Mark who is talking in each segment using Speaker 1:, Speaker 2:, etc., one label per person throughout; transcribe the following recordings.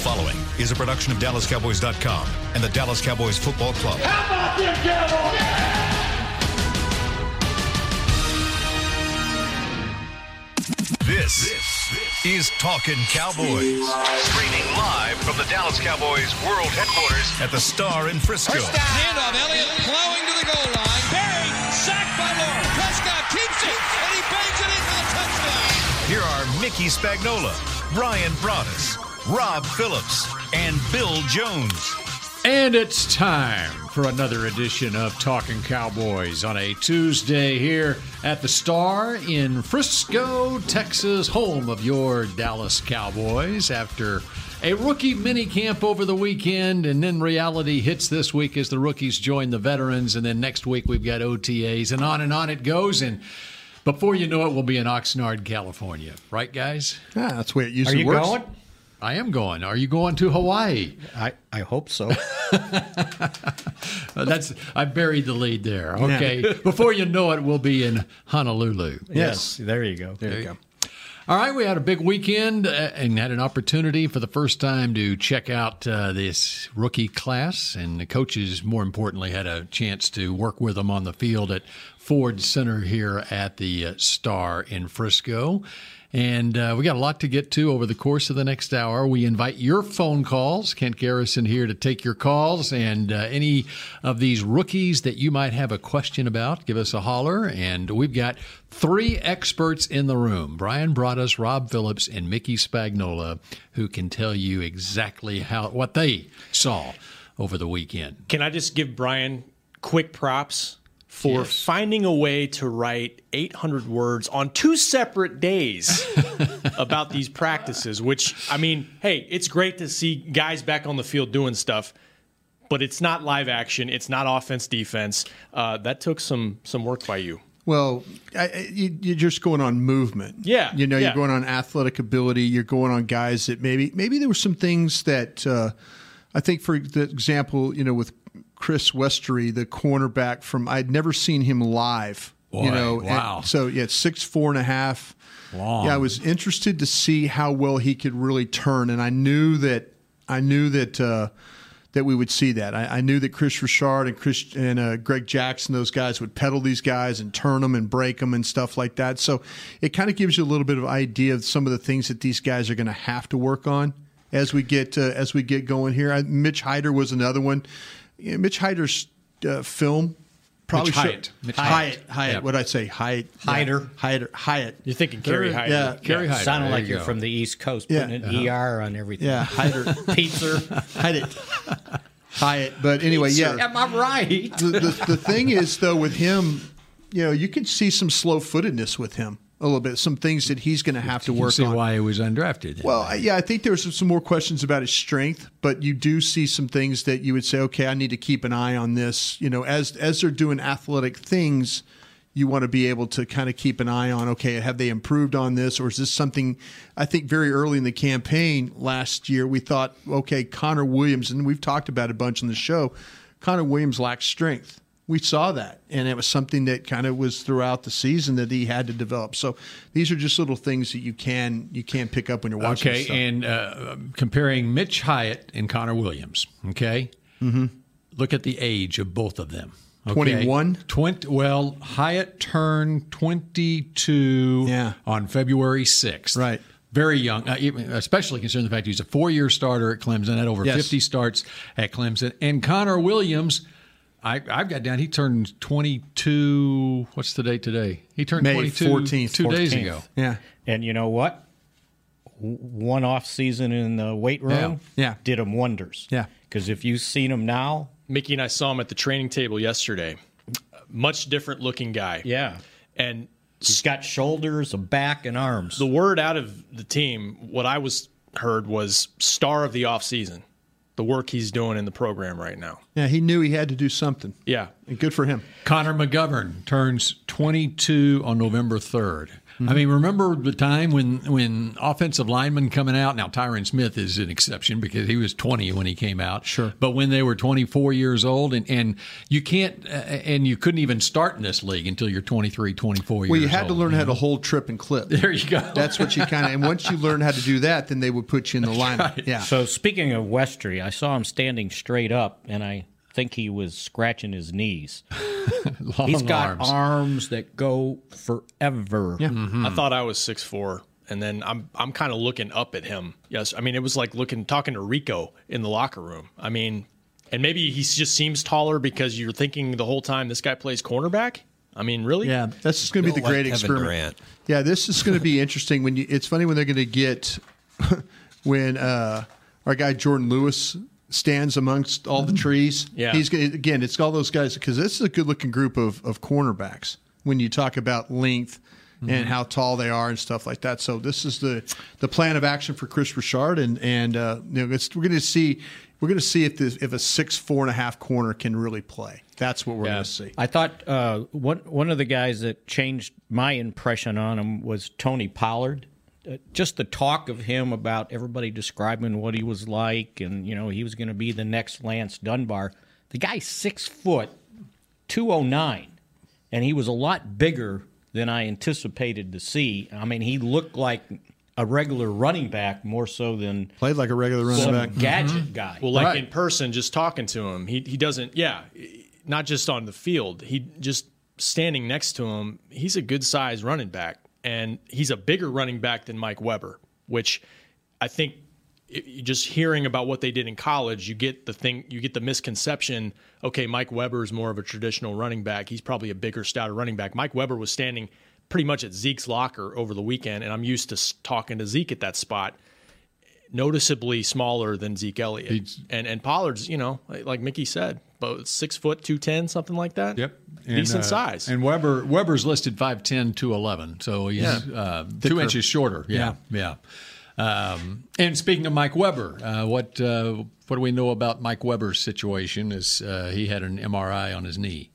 Speaker 1: following is a production of DallasCowboys.com and the Dallas Cowboys Football Club.
Speaker 2: How about them Cowboys?
Speaker 1: This, is Talking Cowboys. Streaming live from the Dallas Cowboys World Headquarters at the Star in Frisco.
Speaker 3: Handoff, Elliott plowing to the goal line. Barry, sacked by Laura. Prescott keeps it, and he bangs it in for the touchdown.
Speaker 1: Here are Mickey Spagnola, Brian Broaddus, Rob Phillips, and Bill Jones.
Speaker 4: And it's time for another edition of Talking Cowboys on a Tuesday here at the Star in Frisco, Texas, home of your Dallas Cowboys. After a rookie minicamp over the weekend, and then reality hits this week as the rookies join the veterans, and then next week we've got OTAs, and on and on it goes. And before you know it, we'll be in Oxnard, California. Right, guys?
Speaker 5: Yeah, that's the way it usually
Speaker 6: you
Speaker 5: works.
Speaker 6: going?
Speaker 4: I am going. Are you going to Hawaii?
Speaker 6: I, I hope so.
Speaker 4: Uh, That's I buried the lead there. Okay, before you know it, we'll be in Honolulu.
Speaker 6: yes, there you go.
Speaker 5: There you go.
Speaker 4: All right, we had a big weekend uh, and had an opportunity for the first time to check out uh, this rookie class, and the coaches, more importantly, had a chance to work with them on the field at Ford Center here at the uh, Star in Frisco. And uh, we got a lot to get to over the course of the next hour. We invite your phone calls. Kent Garrison here to take your calls. And uh, any of these rookies that you might have a question about, give us a holler. And we've got three experts in the room Brian Broaddus, Rob Phillips, and Mickey Spagnola, who can tell you exactly how what they saw over the weekend.
Speaker 7: Can I just give Brian quick props for finding a way to write 800 words on two separate days about these practices? Which, I mean, hey, it's great to see guys back on the field doing stuff. But it's not live action. It's not offense defense. Uh, that took some some work by you.
Speaker 5: Well, I, I- you, you're just going on movement.
Speaker 7: Yeah,
Speaker 5: you know,
Speaker 7: yeah.
Speaker 5: you're going on athletic ability. You're going on guys that maybe maybe there were some things that uh, I think, for the example, you know, with Chris Westery, the cornerback from I'd never seen him live.
Speaker 4: Boy,
Speaker 5: you know, and
Speaker 4: wow.
Speaker 5: So yeah, six four and a half.
Speaker 4: Long.
Speaker 5: Yeah, I was interested to see how well he could really turn, and I knew that I knew that uh, that we would see that. I, I knew that Chris Richard and Chris and uh, Greg Jackson, those guys would pedal these guys and turn them and break them and stuff like that. So it kind of gives you a little bit of idea of some of the things that these guys are going to have to work on as we get uh, as we get going here. I, Mitch Hyder was another one. Yeah, Mitch Hyder's uh, film. Probably
Speaker 4: Mitch
Speaker 5: should-
Speaker 4: Hyatt. Mitch
Speaker 5: Hyatt.
Speaker 4: Hyatt.
Speaker 5: Hyatt. What would I say? Hyatt.
Speaker 6: Hyder.
Speaker 5: Hyder. Hyatt.
Speaker 7: You're thinking Kerry Hyder.
Speaker 5: Yeah.
Speaker 4: Kerry Hyder.
Speaker 6: Sounded
Speaker 4: there
Speaker 6: like
Speaker 4: you
Speaker 6: you're
Speaker 4: go. Uh-huh.
Speaker 6: from the East Coast,
Speaker 5: Yeah.
Speaker 6: putting an ER on everything.
Speaker 5: Yeah, Hyder.
Speaker 6: Pizza.
Speaker 5: Hyatt. Hyatt. But anyway, yeah.
Speaker 6: Am I right?
Speaker 5: The, the, the thing is, though, with him, you know, you can see some slow footedness with him a little bit, some things that he's going to have to
Speaker 4: You can
Speaker 5: work
Speaker 4: see
Speaker 5: on.
Speaker 4: why he was undrafted.
Speaker 5: Well, I- yeah, I think there's some, some more questions about his strength, but you do see some things that you would say, okay, I need to keep an eye on this. You know, as as they're doing athletic things, you want to be able to kind of keep an eye on, okay, have they improved on this, or is this something? I think very early in the campaign last year, we thought, okay, Connor Williams, and we've talked about it a bunch on the show. Connor Williams lacks strength. We saw that, and it was something that kind of was throughout the season that he had to develop. So these are just little things that you can you can pick up when you're watching.
Speaker 4: Okay,
Speaker 5: this stuff.
Speaker 4: and uh, comparing Mitch Hyatt and Connor Williams. Okay,
Speaker 5: Mm-hmm.
Speaker 4: look at the age of both of them. okay?
Speaker 5: 21?
Speaker 4: 20, well, Hyatt turned twenty-two
Speaker 5: Yeah.
Speaker 4: on February sixth.
Speaker 5: Right.
Speaker 4: Very young, uh, even- especially considering the fact he's a four-year starter at Clemson, had over
Speaker 5: Yes.
Speaker 4: fifty starts at Clemson, and Connor Williams. I, I've got down. He turned twenty-two. What's the date today? He turned
Speaker 5: May
Speaker 4: twenty-two
Speaker 5: 14th,
Speaker 4: two days
Speaker 6: 14th.
Speaker 4: ago.
Speaker 5: yeah,
Speaker 6: And you know what? W- One off season in the weight room
Speaker 5: Yeah. Yeah.
Speaker 6: did him wonders.
Speaker 5: Yeah.
Speaker 6: Because if you've seen him now,
Speaker 7: Mickey and I saw him at the training table yesterday. Much different looking guy.
Speaker 6: yeah,
Speaker 7: And
Speaker 6: he's got shoulders, a back, and arms.
Speaker 7: the word out of the team, what I was heard was star of the offseason, the work he's doing in the program right now.
Speaker 5: yeah. He knew he had to do something.
Speaker 7: Yeah.
Speaker 5: and good for him.
Speaker 4: Connor McGovern turns 22 on November 3rd. I mean, remember the time when when offensive linemen coming out? Now Tyron Smith is an exception because he was 20 when he came out.
Speaker 5: Sure.
Speaker 4: But when they were 24 years old, and and you can't uh, and you couldn't even start in this league until you're 23, 24 years.
Speaker 5: Well, you had to
Speaker 4: old.
Speaker 5: learn how to hold, trip, and clip.
Speaker 4: There you go.
Speaker 5: That's what you kind of. And once you learn how to do that, then they would put you in the lineup. Yeah.
Speaker 6: So speaking of Westry, I saw him standing straight up, and I think he was scratching his knees.
Speaker 4: Long
Speaker 6: He's got
Speaker 4: arms.
Speaker 6: arms. that go forever.
Speaker 7: I thought I was six four, and then I'm I'm kind of looking up at him. Yes, I mean it was like looking talking to Rico in the locker room. I mean, and maybe he just seems taller because you're thinking the whole time this guy plays cornerback. I mean, really?
Speaker 5: Yeah, that's just going to be the
Speaker 2: Like
Speaker 5: great
Speaker 2: Kevin
Speaker 5: experiment.
Speaker 2: Durant.
Speaker 5: Yeah, this is going to be interesting. When you, it's funny when they're going to get when uh, our guy Jordan Lewis stands amongst all the trees.
Speaker 7: Yeah.
Speaker 5: he's gonna, again. It's all those guys because this is a good-looking group of of cornerbacks when you talk about length. And how tall they are and stuff like that. So this is the the plan of action for Chris Richard, and and uh, you know it's, we're going to see we're going to see if this, if a six four and a half corner can really play. That's what we're going to see.
Speaker 6: I thought uh, one one of the guys that changed my impression on him was Tony Pollard. Uh, just the talk of him about everybody describing what he was like, and you know he was going to be the next Lance Dunbar. The guy's six foot, two oh nine, and he was a lot bigger than I anticipated to see. I mean, he looked like a regular running back more so than
Speaker 5: Played like a regular running
Speaker 6: some
Speaker 5: back. Mm-hmm.
Speaker 6: gadget guy.
Speaker 7: Well, like
Speaker 4: Right.
Speaker 7: in person, just talking to him, he he doesn't. Yeah, not just on the field. He just standing next to him. He's a good sized running back, and he's a bigger running back than Mike Weber, which I think i- you just hearing about what they did in college, you get the thing, you get the misconception. Okay, Mike Weber is more of a traditional running back. He's probably a bigger, stouter running back. Mike Weber was standing pretty much at Zeke's locker over the weekend, and I'm used to s- talking to Zeke at that spot noticeably smaller than Zeke Elliott.
Speaker 4: He's-
Speaker 7: and and Pollard's, you know, like, like Mickey said, about six foot two ten, something like that.
Speaker 4: Yep.
Speaker 7: decent
Speaker 4: uh,
Speaker 7: size.
Speaker 4: And Weber Weber's listed 5'10", 211, so he's uh, two inches shorter. Yeah, yeah. Um, and speaking of Mike Weber, uh, what uh, what do we know about Mike Weber's situation? Is uh, he had an MRI on his knee?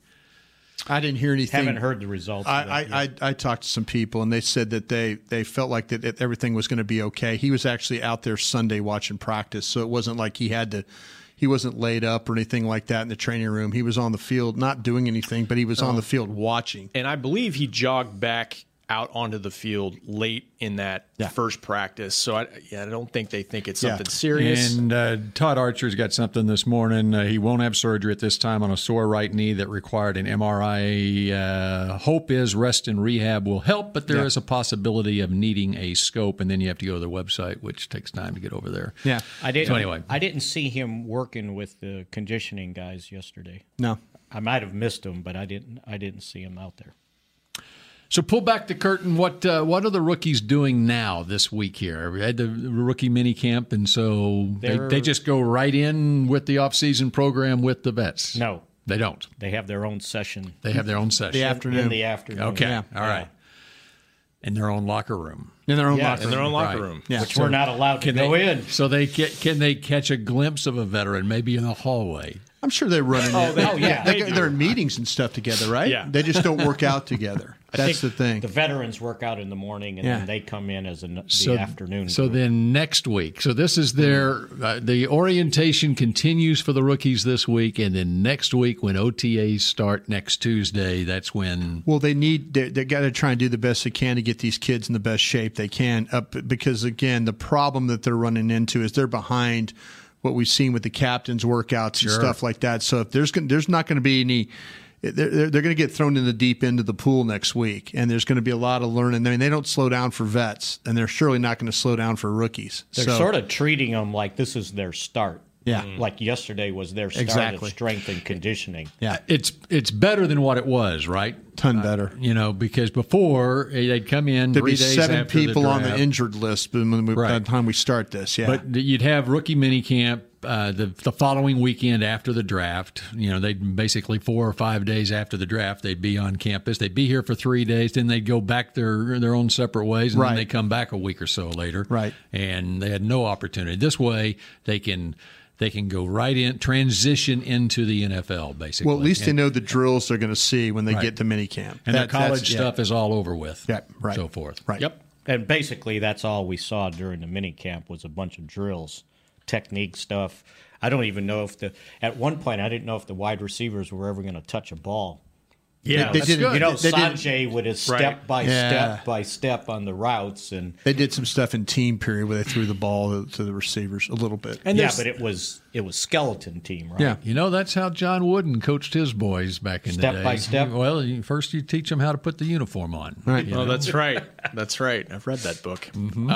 Speaker 5: I didn't hear anything.
Speaker 6: haven't heard the results. of
Speaker 5: I,
Speaker 6: that
Speaker 5: I, I, I talked to some people and they said that they, they felt like that it- everything was going to be okay. He was actually out there Sunday watching practice, so it wasn't like he had to. He wasn't laid up or anything like that in the training room. He was on the field, not doing anything, but he was
Speaker 6: Oh.
Speaker 5: on the field watching.
Speaker 7: And I believe he jogged back out onto the field late in that first practice. So I yeah, I don't think they think it's
Speaker 5: Yeah.
Speaker 7: something serious.
Speaker 4: And uh, Todd Archer's got something this morning. Uh, he won't have surgery at this time on a sore right knee that required an MRI. Uh, hope is rest and rehab will help, but there is a possibility of needing a scope, and then you have to go to their website, which takes time to get over there.
Speaker 5: Yeah.
Speaker 6: I didn't.
Speaker 4: So anyway.
Speaker 6: I didn't see him working with the conditioning guys yesterday.
Speaker 5: No,
Speaker 6: I might have missed him, but I didn't. I didn't see him out there.
Speaker 4: So pull back the curtain. What uh, what are the rookies doing now this week here? We had the rookie mini camp, and so they,
Speaker 6: They're-
Speaker 4: they just go right in with the offseason program with the vets.
Speaker 6: No,
Speaker 4: they don't.
Speaker 6: they have their own session
Speaker 4: They have their own session.
Speaker 5: the
Speaker 6: in
Speaker 5: afternoon
Speaker 6: the afternoon.
Speaker 4: Okay,
Speaker 5: Yeah.
Speaker 4: all right. In their own locker room.
Speaker 5: in their own
Speaker 6: Yeah,
Speaker 5: locker
Speaker 6: in
Speaker 7: in their
Speaker 5: room.
Speaker 7: own locker
Speaker 4: Right.
Speaker 7: room.
Speaker 5: Yeah.
Speaker 6: Which we're not allowed to go in.
Speaker 4: So they ca- can they catch a glimpse of a veteran, maybe in the hallway.
Speaker 5: I'm sure they run. In, oh,
Speaker 6: they- oh, yeah.
Speaker 5: they, are in meetings and stuff together, right?
Speaker 7: Yeah.
Speaker 5: they just don't work out together. That's the thing.
Speaker 6: The veterans work out in the morning, and
Speaker 5: Yeah.
Speaker 6: then they come in as an, the afternoon.
Speaker 4: So
Speaker 6: group.
Speaker 4: then next week. So this is their uh, the orientation continues for the rookies this week, and then next week when OTAs start next Tuesday, that's when
Speaker 5: Well, they need they, they got to try and do the best they can to get these kids in the best shape they can up because again, the problem that they're running into is they're behind what we've seen with the captains workouts and stuff like that. So if there's gonna, there's not going to be any they're, they're going to get thrown in the deep end of the pool next week, and there's going to be a lot of learning. I mean, they don't slow down for vets, and they're surely not going to slow down for rookies.
Speaker 6: they're
Speaker 5: so,
Speaker 6: sort of treating them like this is their start.
Speaker 5: Yeah.
Speaker 6: like yesterday was their start
Speaker 5: Exactly.
Speaker 6: of strength and conditioning.
Speaker 5: yeah,
Speaker 4: it's it's better than what it was, right?
Speaker 5: ton better.
Speaker 4: You know, because before eh, they'd come in
Speaker 5: There'd
Speaker 4: three
Speaker 5: be
Speaker 4: days
Speaker 5: seven
Speaker 4: after
Speaker 5: people
Speaker 4: the
Speaker 5: on the
Speaker 4: draft.
Speaker 5: injured list when we, by
Speaker 4: Right.
Speaker 5: the time we start this. Yeah,
Speaker 4: But you'd have rookie minicamp uh, the the following weekend after the draft. You know, they'd basically four or five days after the draft, they'd be on campus. They'd be here for three days, then they'd go back their their own separate ways, and
Speaker 5: Right.
Speaker 4: then they come back a week or so later.
Speaker 5: Right.
Speaker 4: and they had no opportunity. This way, they can. they can go right in, transition into the NFL, basically.
Speaker 5: Well, at least they
Speaker 4: And-
Speaker 5: know the drills they're going to see when they
Speaker 4: Right.
Speaker 5: get to minicamp. That-
Speaker 4: And their college
Speaker 5: that's-
Speaker 4: stuff is all over with.
Speaker 5: Yeah, right.
Speaker 4: So forth.
Speaker 5: Right.
Speaker 6: Yep. And basically, that's all we saw during the mini camp was a bunch of drills, technique stuff. I don't even know if the at one point I didn't know if the wide receivers were ever going to touch a ball.
Speaker 5: Yeah, they,
Speaker 4: that's
Speaker 5: did.
Speaker 4: good.
Speaker 6: You know,
Speaker 5: they, did,
Speaker 6: Sanjay with his
Speaker 7: Right.
Speaker 6: step by
Speaker 5: Yeah.
Speaker 6: step by step on the routes, and
Speaker 5: they did some stuff in team period where they threw the ball to the receivers a little bit.
Speaker 7: And
Speaker 6: yeah,
Speaker 7: there's-
Speaker 6: but it was it was skeleton team, right?
Speaker 5: Yeah.
Speaker 4: You know, that's how John Wooden coached his boys back in
Speaker 6: Step
Speaker 4: the day.
Speaker 6: by step.
Speaker 4: Well, you, first you teach them how to put the uniform on.
Speaker 5: Right. Mm-hmm.
Speaker 4: You
Speaker 7: Oh,
Speaker 4: know?
Speaker 7: that's right. That's right. I've read that book. Um,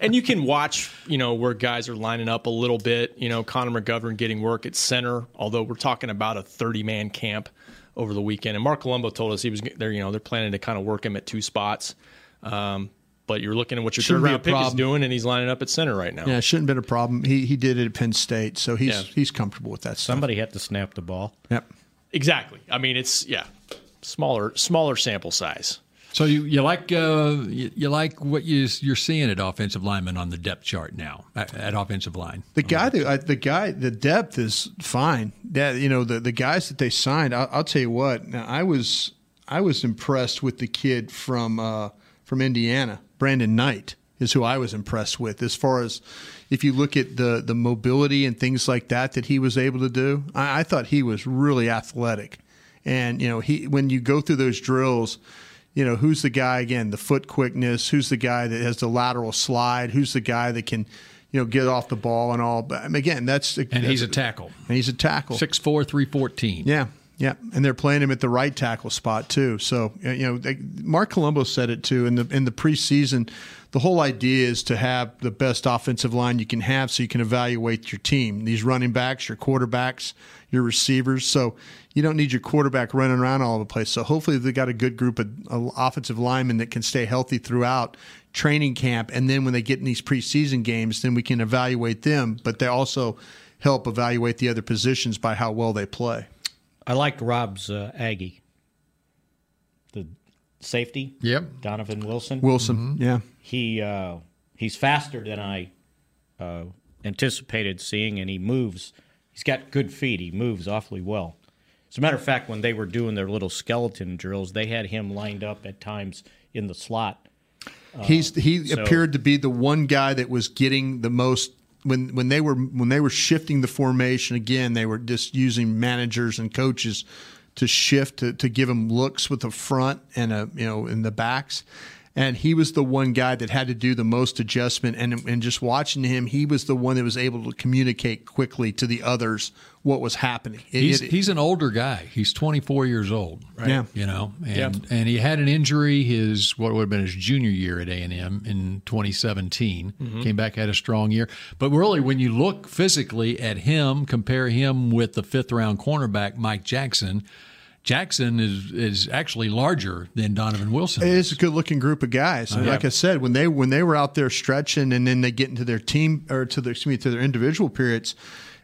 Speaker 7: and you can watch, you know, where guys are lining up a little bit. You know, Connor McGovern getting work at center, although we're talking about a 30 man camp over the weekend. And Mark Colombo told us he was they're you know they're planning to kind of work him at two spots. Um, but you're looking at what your
Speaker 5: Shouldn't
Speaker 7: third
Speaker 5: be a
Speaker 7: round pick is
Speaker 5: problem.
Speaker 7: doing, and he's lining up at center right now.
Speaker 5: Yeah, it shouldn't have been a problem. He he did it at Penn State, so he's
Speaker 7: Yeah.
Speaker 5: he's comfortable with that. Stuff.
Speaker 6: Somebody had to snap the ball.
Speaker 5: Yep.
Speaker 7: Exactly. I mean, it's yeah, smaller smaller sample size.
Speaker 4: So you, you like uh, you, you like what you, you're seeing at offensive lineman on the depth chart now at, at offensive line.
Speaker 5: The guy, that, I- the guy, the depth is fine. That you know, the, the guys that they signed. I'll, I'll tell you what. Now, I was I was impressed with the kid from uh, from Indiana, Brandon Knight, is who I was impressed with as far as if you look at the the mobility and things like that that he was able to do. I, I thought he was really athletic, and you know, he when you go through those drills. You know who's the guy again? The foot quickness. Who's the guy that has the lateral slide? Who's the guy that can, you know, get off the ball and all? But I mean, again, that's
Speaker 4: And he's a tackle.
Speaker 5: and he's a tackle.
Speaker 4: Six four three fourteen.
Speaker 5: Yeah, yeah, and they're playing him at the right tackle spot too. So uh, you know, they, Mark Colombo said it too in the in the preseason. The whole idea is to have the best offensive line you can have, so you can evaluate your team. These running backs, your quarterbacks, your receivers. So you don't need your quarterback running around all over the place. So hopefully they got a good group of uh, offensive linemen that can stay healthy throughout training camp, and then when they get in these preseason games, then we can evaluate them. But they also help evaluate the other positions by how well they play.
Speaker 6: I liked Rob's uh, Aggie, the safety.
Speaker 4: Yep.
Speaker 6: Donovan Wilson.
Speaker 5: Wilson. Yeah.
Speaker 6: he uh, he's faster than I uh, anticipated seeing, and he moves. He's got good feet. He moves awfully well. As a matter of fact, when they were doing their little skeleton drills, they had him lined up at times in the slot.
Speaker 5: He's he appeared to be the one guy that was getting the most when when they were when they were shifting the formation again, they were just using managers and coaches to shift to, to give him looks with the front and a you know in the backs. And he was the one guy that had to do the most adjustment and and just watching him, he was the one that was able to communicate quickly to the others what was happening. It-
Speaker 4: He's
Speaker 5: it-
Speaker 4: he's an older guy. He's 24 years old. Right.
Speaker 5: Yeah.
Speaker 4: You know, and and he had an injury his what would have been his junior year at A and M in 2017.
Speaker 5: Mm-hmm.
Speaker 4: Came back had a strong year, but really when you look physically at him, compare him with the fifth round cornerback Mike Jackson. Jackson is is actually larger than Donovan Wilson.
Speaker 5: It is a good looking group of guys. And like I said, when they when they were out there stretching and then they get into their team or to their excuse me to their individual periods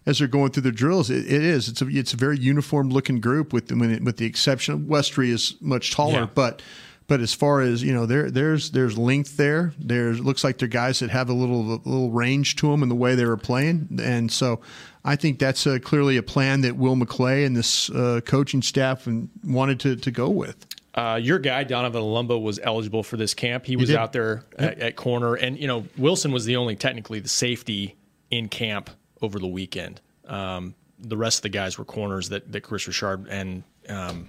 Speaker 5: as they're going through their drills, it, it is it's a it's a very uniform looking group with when it, with the exception of Westry is much taller,
Speaker 4: Yeah.
Speaker 5: but. But as far as you know, there there's there's length there. There's looks like they're guys that have a little a little range to them in the way they were playing, and so I think that's uh clearly a plan that Will McClay and this uh, coaching staff and wanted to to go with.
Speaker 7: Uh, your guy Donovan Lumbo was eligible for this camp. He was
Speaker 5: did.
Speaker 7: out there at, at corner, and you know Wilson was the only technically the safety in camp over the weekend. Um, the rest of the guys were corners that that Chris Richard and um,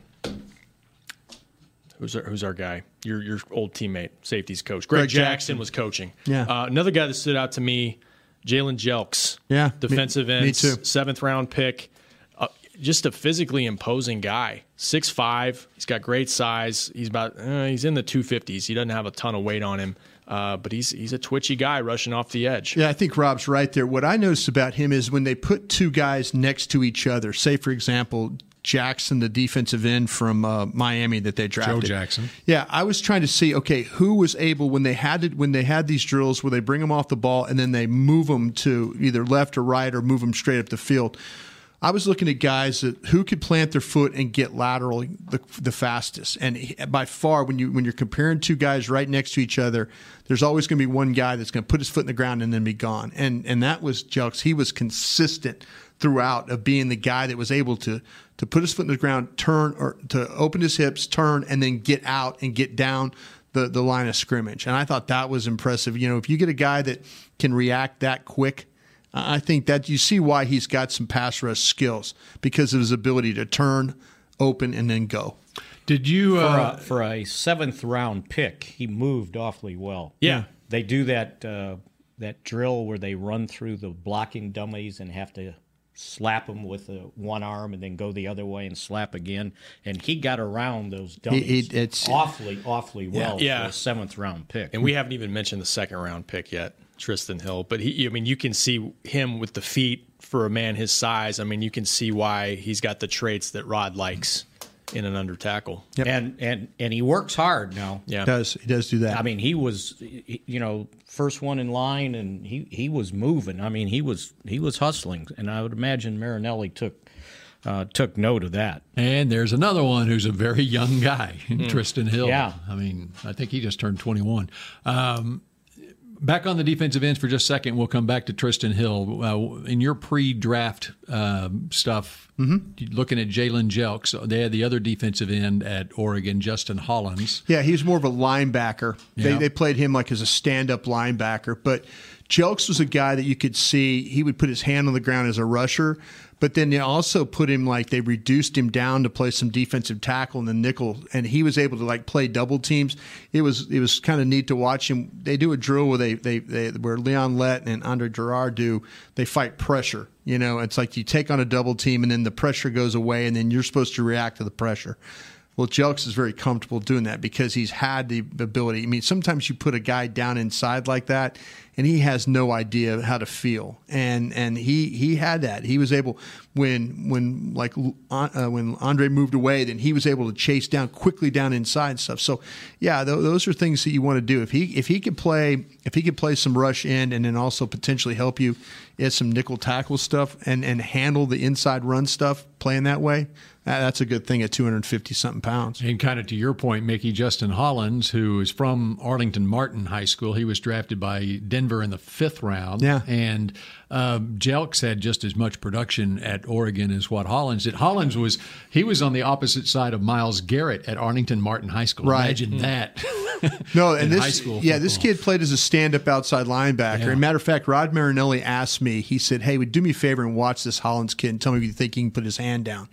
Speaker 7: who's our, who's our guy? Your your old teammate, safeties coach Greg,
Speaker 5: Greg
Speaker 7: Jackson.
Speaker 5: Jackson.
Speaker 7: was coaching.
Speaker 5: Yeah.
Speaker 7: Uh, another guy that stood out to me, Jalen Jelks.
Speaker 5: Yeah, me-
Speaker 7: Defensive end.
Speaker 5: me too.
Speaker 7: Seventh round pick uh, just a physically imposing guy. Six five. He's got great size. He's about uh, he's in the two fifties. He doesn't have a ton of weight on him, uh, but he's he's a twitchy guy rushing off the edge.
Speaker 5: Yeah, I think Rob's right there. What I noticed about him is when they put two guys next to each other, say, for example, Jackson, the defensive end from uh, Miami that they drafted.
Speaker 4: Jackson.
Speaker 5: Yeah, I was trying to see, okay, who was able when they had to, when they had these drills where they bring them off the ball and then they move them to either left or right or move them straight up the field. I was looking at guys that who could plant their foot and get lateral the, the fastest, and he- by far, when you when you're comparing two guys right next to each other, there's always going to be one guy that's going to put his foot in the ground and then be gone. And and that was Jelks. He was consistent throughout of being the guy that was able to to put his foot in the ground, turn or to open his hips, turn, and then get out and get down the the line of scrimmage. And I thought that was impressive. You know, if you get a guy that can react that quick. I I think that you see why he's got some pass rush skills because of his ability to turn, open, and then go.
Speaker 4: Did you?
Speaker 6: for,
Speaker 4: Uh,
Speaker 6: a, for a seventh round pick, he moved awfully well.
Speaker 7: Yeah.
Speaker 6: they do that uh, that drill where they run through the blocking dummies and have to slap them with uh one arm and then go the other way and slap again. And he got around those dummies
Speaker 5: it's-
Speaker 6: awfully, awfully well
Speaker 7: Yeah.
Speaker 6: for a seventh round pick.
Speaker 7: And we haven't even mentioned the second round pick yet, Tristan Hill. But he, I mean, you can see him with the feet for a man his size. I mean, you can see why he's got the traits that Rod likes in an under tackle.
Speaker 6: And and and he works hard now.
Speaker 7: Yeah.
Speaker 5: Does he does do that?
Speaker 6: I mean, he was, he- you know, first one in line, and he he was moving. I mean, he was he was hustling, and I would imagine Marinelli took uh, took note of that.
Speaker 4: and there's another one who's a very young guy, Tristan Hill.
Speaker 6: Yeah.
Speaker 4: I mean, I think he just turned 21. Um, back on the defensive ends for just a second. We'll come back to Tristan Hill. Uh, in your pre-draft um, stuff, looking at Jalen Jelks, they had the other defensive end at Oregon, Justin Hollins.
Speaker 5: Yeah, he's more of a linebacker. They,
Speaker 4: Yeah.
Speaker 5: they played him like as a stand up linebacker. But Jelks was a guy that you could see he would put his hand on the ground as a rusher, but then they also put him like they reduced him down to play some defensive tackle in the nickel, and he was able to like play double teams. It was it was kind of neat to watch him. They do a drill where they they, they where Leon Lett and Andre Gerard do they fight pressure. You know, it's like you take on a double team and then the pressure goes away, and then you're supposed to react to the pressure. Well, Jelks is very comfortable doing that because he's had the ability. I mean, sometimes you put a guy down inside like that, and he has no idea how to feel. And and he he had that. He was able when when like uh, when Andre moved away, then he was able to chase down quickly down inside and stuff. So yeah, tho- those are things that you want to do. If he if he could play if he could play some rush end and then also potentially help you at some nickel tackle stuff and and handle the inside run stuff playing that way. That- That's a good thing at 250 something pounds.
Speaker 4: And kind of to your point, Mickey, Justin Hollins, who is from Arlington Martin High School, he was drafted by Denver in the fifth round.
Speaker 5: Yeah.
Speaker 4: And um, Jelks had just as much production at Oregon as what Hollins did. Hollins was, he was on the opposite side of Miles Garrett at Arlington Martin High School.
Speaker 5: Right. Hmm.
Speaker 4: Imagine that.
Speaker 5: No, and
Speaker 4: In
Speaker 5: this
Speaker 4: high school
Speaker 5: yeah, this
Speaker 4: football.
Speaker 5: kid played as a stand-up outside linebacker.
Speaker 4: Yeah.
Speaker 5: And matter of fact, Rod Marinelli asked me. He said, "Hey, would do me a favor and watch this Hollins kid and tell me if you think he can put his hand down."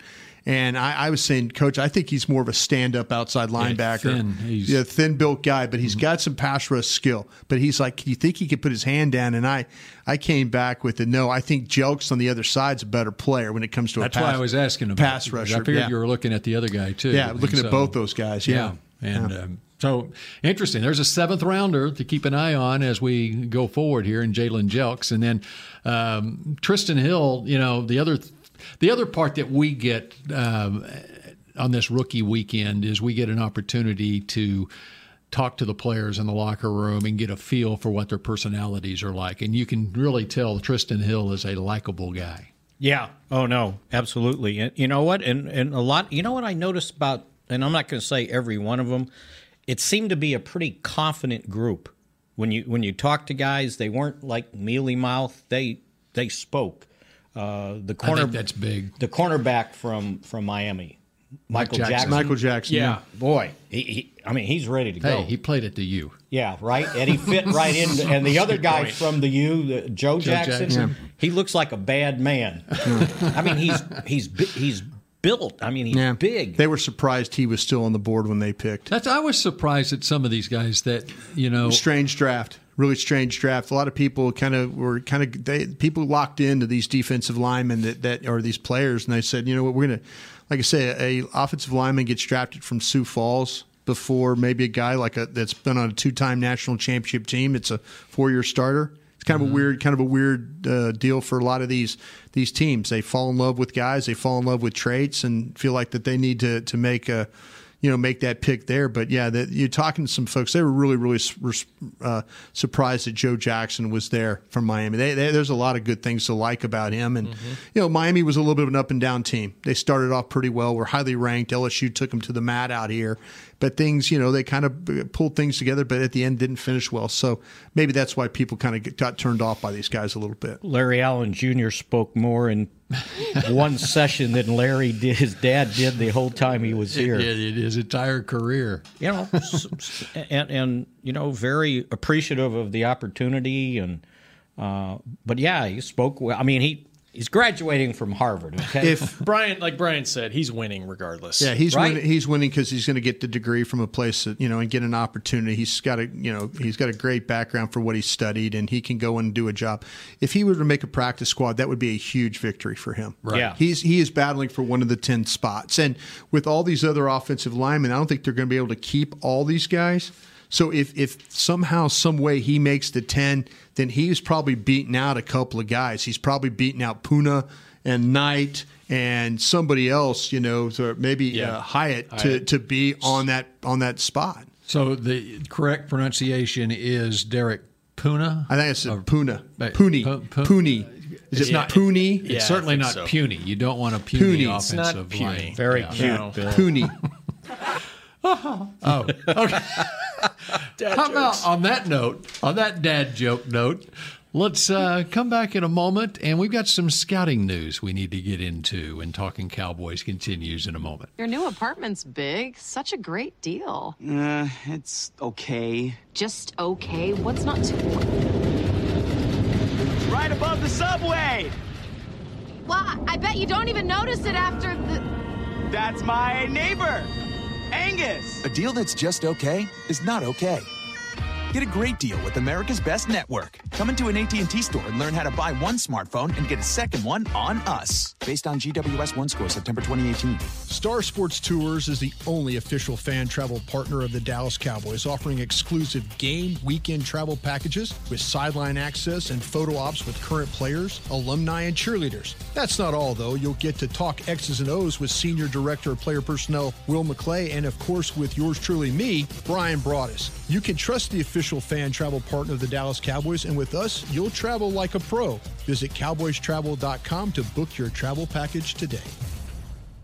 Speaker 5: And I, I was saying, Coach, I think he's more of a stand-up outside linebacker.
Speaker 4: thin. He's- Mm-hmm.
Speaker 5: Yeah, thin-built guy, but he's got some pass rush skill. But he's like, "Do you think he could put his hand down?" And I, I came back with it. No, I think Jelks on the other side's a better player when it comes to
Speaker 4: That's
Speaker 5: a pass,
Speaker 4: why I was asking about
Speaker 5: pass
Speaker 4: it, because
Speaker 5: rusher.
Speaker 4: I figured
Speaker 5: yeah.
Speaker 4: you were looking at the other guy too.
Speaker 5: Yeah,
Speaker 4: And
Speaker 5: looking at
Speaker 4: so-
Speaker 5: both those guys. Yeah.
Speaker 4: And Um, so interesting. There's a seventh rounder to keep an eye on as we go forward here in Jalen Jelks. And then um, Tristan Hill, you know, the other the other part that we get um, on this rookie weekend is we get an opportunity to talk to the players in the locker room and get a feel for what their personalities are like. And you can really tell Tristan Hill is a likable guy.
Speaker 6: Yeah. Oh no, absolutely. And you know what? And and a lot. You know what I noticed about, and I'm not going to say every one of them. It seemed to be a pretty confident group. When you when you talk to guys, they weren't like mealy mouth. They they spoke. Uh, the
Speaker 4: I
Speaker 6: corner
Speaker 4: think that's big.
Speaker 6: the cornerback from from Miami, Michael
Speaker 4: Jackson.
Speaker 6: Jackson.
Speaker 5: Michael Jackson.
Speaker 7: Yeah.
Speaker 6: boy, he, he I mean he's ready to
Speaker 4: Hey,
Speaker 6: go.
Speaker 4: he played at the U.
Speaker 6: yeah, right. And he fit right in. And the other guy
Speaker 7: point.
Speaker 6: from the U, the, Joe, Jackson,
Speaker 4: Jackson.
Speaker 6: he looks like a bad man. I mean he's he's bi- he's built. I mean he's
Speaker 5: Yeah.
Speaker 6: big.
Speaker 5: They were surprised he was still on the board when they picked.
Speaker 4: That's I was surprised at some of these guys that you know
Speaker 5: Strange draft, really strange draft. A lot of people kind of were kind of they people locked into these defensive linemen that that are these players, and they said, you know what, we're gonna, like I say, a offensive lineman gets drafted from Sioux Falls before maybe a guy like a that's been on a two time national championship team. It's a four year starter. It's kind of a weird, kind of a weird uh, deal for a lot of these these teams. They fall in love with guys, they fall in love with traits, and feel like that they need to to make a you know make that pick there. But yeah, that you're talking to some folks. They were really really uh, surprised that Joe Jackson was there from Miami. They, they, there's a lot of good things to like about him, and mm-hmm. you know Miami was a little bit of an up and down team. They started off pretty well. Were highly ranked. LSU took them to the mat out here, but things you know they kind of uh, pulled things together, but at the end didn't finish well. So maybe that's why people kind of got turned off by these guys a little bit.
Speaker 6: Larry Allen Jr. spoke more in one session than Larry did his dad did the whole time he was here.
Speaker 4: It, it, his entire career.
Speaker 6: You know, and, and you know, very appreciative of the opportunity and. Uh, but yeah, he spoke. Well. I mean, he He's graduating from Harvard. Okay?
Speaker 7: If Brian, like Brian said, he's winning regardless.
Speaker 5: Yeah, he's right? winning, he's winning because he's going to get the degree from a place that you know and get an opportunity. He's got a you know he's got a great background for what he studied, and he can go and do a job. If he were to make a practice squad, that would be a huge victory for him.
Speaker 6: Right. Yeah.
Speaker 5: He's he is battling for one of the ten spots, and with all these other offensive linemen, I don't think they're going to be able to keep all these guys. So if if somehow some way he makes the ten, then he's probably beaten out a couple of guys. He's probably beaten out Puna and Knight and somebody else, you know, or maybe yeah. uh, Hyatt, Hyatt to to be on that on that spot.
Speaker 4: So the correct pronunciation is Derek Puna.
Speaker 5: I think it's or, Puna. Puni. Puni. Is it yeah. not puny?
Speaker 4: It's yeah, certainly not so. puny. You don't want a puny, puny. offensive puny. line.
Speaker 6: Very cute.
Speaker 5: Puny.
Speaker 4: oh, okay. How about on that note, on that dad joke note, let's uh, come back in a moment and we've got some scouting news we need to get into and Talking Cowboys continues in a moment.
Speaker 2: Your new apartment's big. Such a great deal.
Speaker 8: Uh, it's okay.
Speaker 2: Just okay? What's not too...
Speaker 8: Right above the subway!
Speaker 2: Well, I bet you don't even notice it after the...
Speaker 8: That's my neighbor! Angus!
Speaker 9: A deal that's just okay is not okay. Get a great deal with America's Best Network. Come into an AT&T store and learn how to buy one smartphone and get a second one on us. Based on GWS One score, September 2018.
Speaker 10: Star Sports Tours is the only official fan travel partner of the Dallas Cowboys, offering exclusive game weekend travel packages with sideline access and photo ops with current players, alumni, and cheerleaders. That's not all, though. You'll get to talk X's and O's with Senior Director of Player Personnel Will McClay, and of course with yours truly, me, Brian Broaddus. You can trust the official official fan travel partner of the Dallas Cowboys, and with us, you'll travel like a pro. Visit cowboystravel.com to book your travel package today.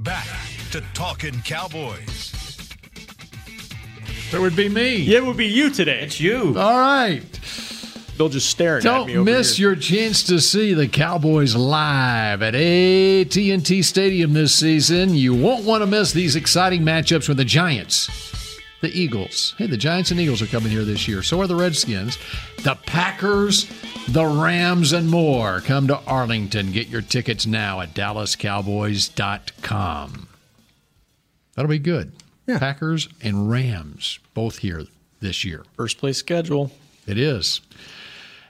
Speaker 1: back to Talking Cowboys.
Speaker 4: That would be me.
Speaker 7: Yeah, it would be you today.
Speaker 6: It's you.
Speaker 4: All right.
Speaker 7: They'll just stare
Speaker 4: Don't
Speaker 7: at me.
Speaker 4: miss
Speaker 7: here.
Speaker 4: your chance to see the Cowboys live at AT&T Stadium this season. You won't want to miss these exciting matchups with the Giants, the Eagles. Hey, the Giants and Eagles are coming here this year. So are the Redskins, the Packers, the Rams, and more. Come to Arlington. Get your tickets now at DallasCowboys.com. That'll be good. Yeah. Packers and Rams both here this year.
Speaker 7: First place schedule.
Speaker 4: It is.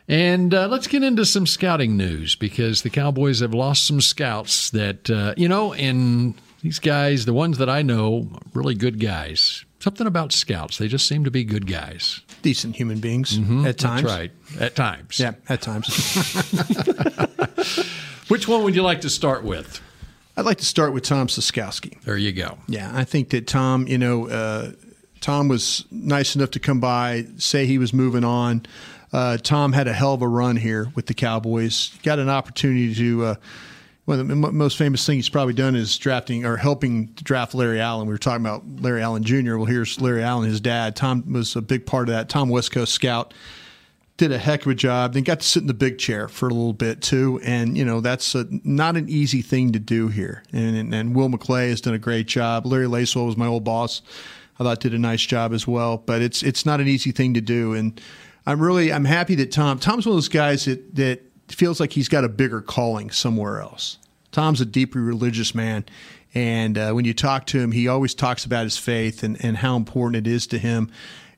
Speaker 4: And uh, let's get into some scouting news because the Cowboys have lost some scouts that, uh, you know, and these guys, the ones that I know, really good guys. Something about scouts. They just seem to be good guys
Speaker 5: decent human beings mm-hmm. at times.
Speaker 4: That's right. At times.
Speaker 5: Yeah, at times.
Speaker 4: Which one would you like to start with?
Speaker 5: I'd like to start with Tom Siskowski.
Speaker 4: There you go.
Speaker 5: Yeah, I think that Tom, you know, uh, Tom was nice enough to come by, say he was moving on. Uh, Tom had a hell of a run here with the Cowboys. Got an opportunity to. Uh, one of the m- most famous things he's probably done is drafting or helping to draft Larry Allen. We were talking about Larry Allen Jr. Well, here's Larry Allen, his dad. Tom was a big part of that. Tom West Coast scout did a heck of a job. Then got to sit in the big chair for a little bit too, and you know that's a, not an easy thing to do here. And, and, and Will McClay has done a great job. Larry Lacewell was my old boss. I thought did a nice job as well. But it's it's not an easy thing to do, and I'm really I'm happy that Tom Tom's one of those guys that that feels like he's got a bigger calling somewhere else. Tom's a deeply religious man, and uh, when you talk to him, he always talks about his faith and and how important it is to him.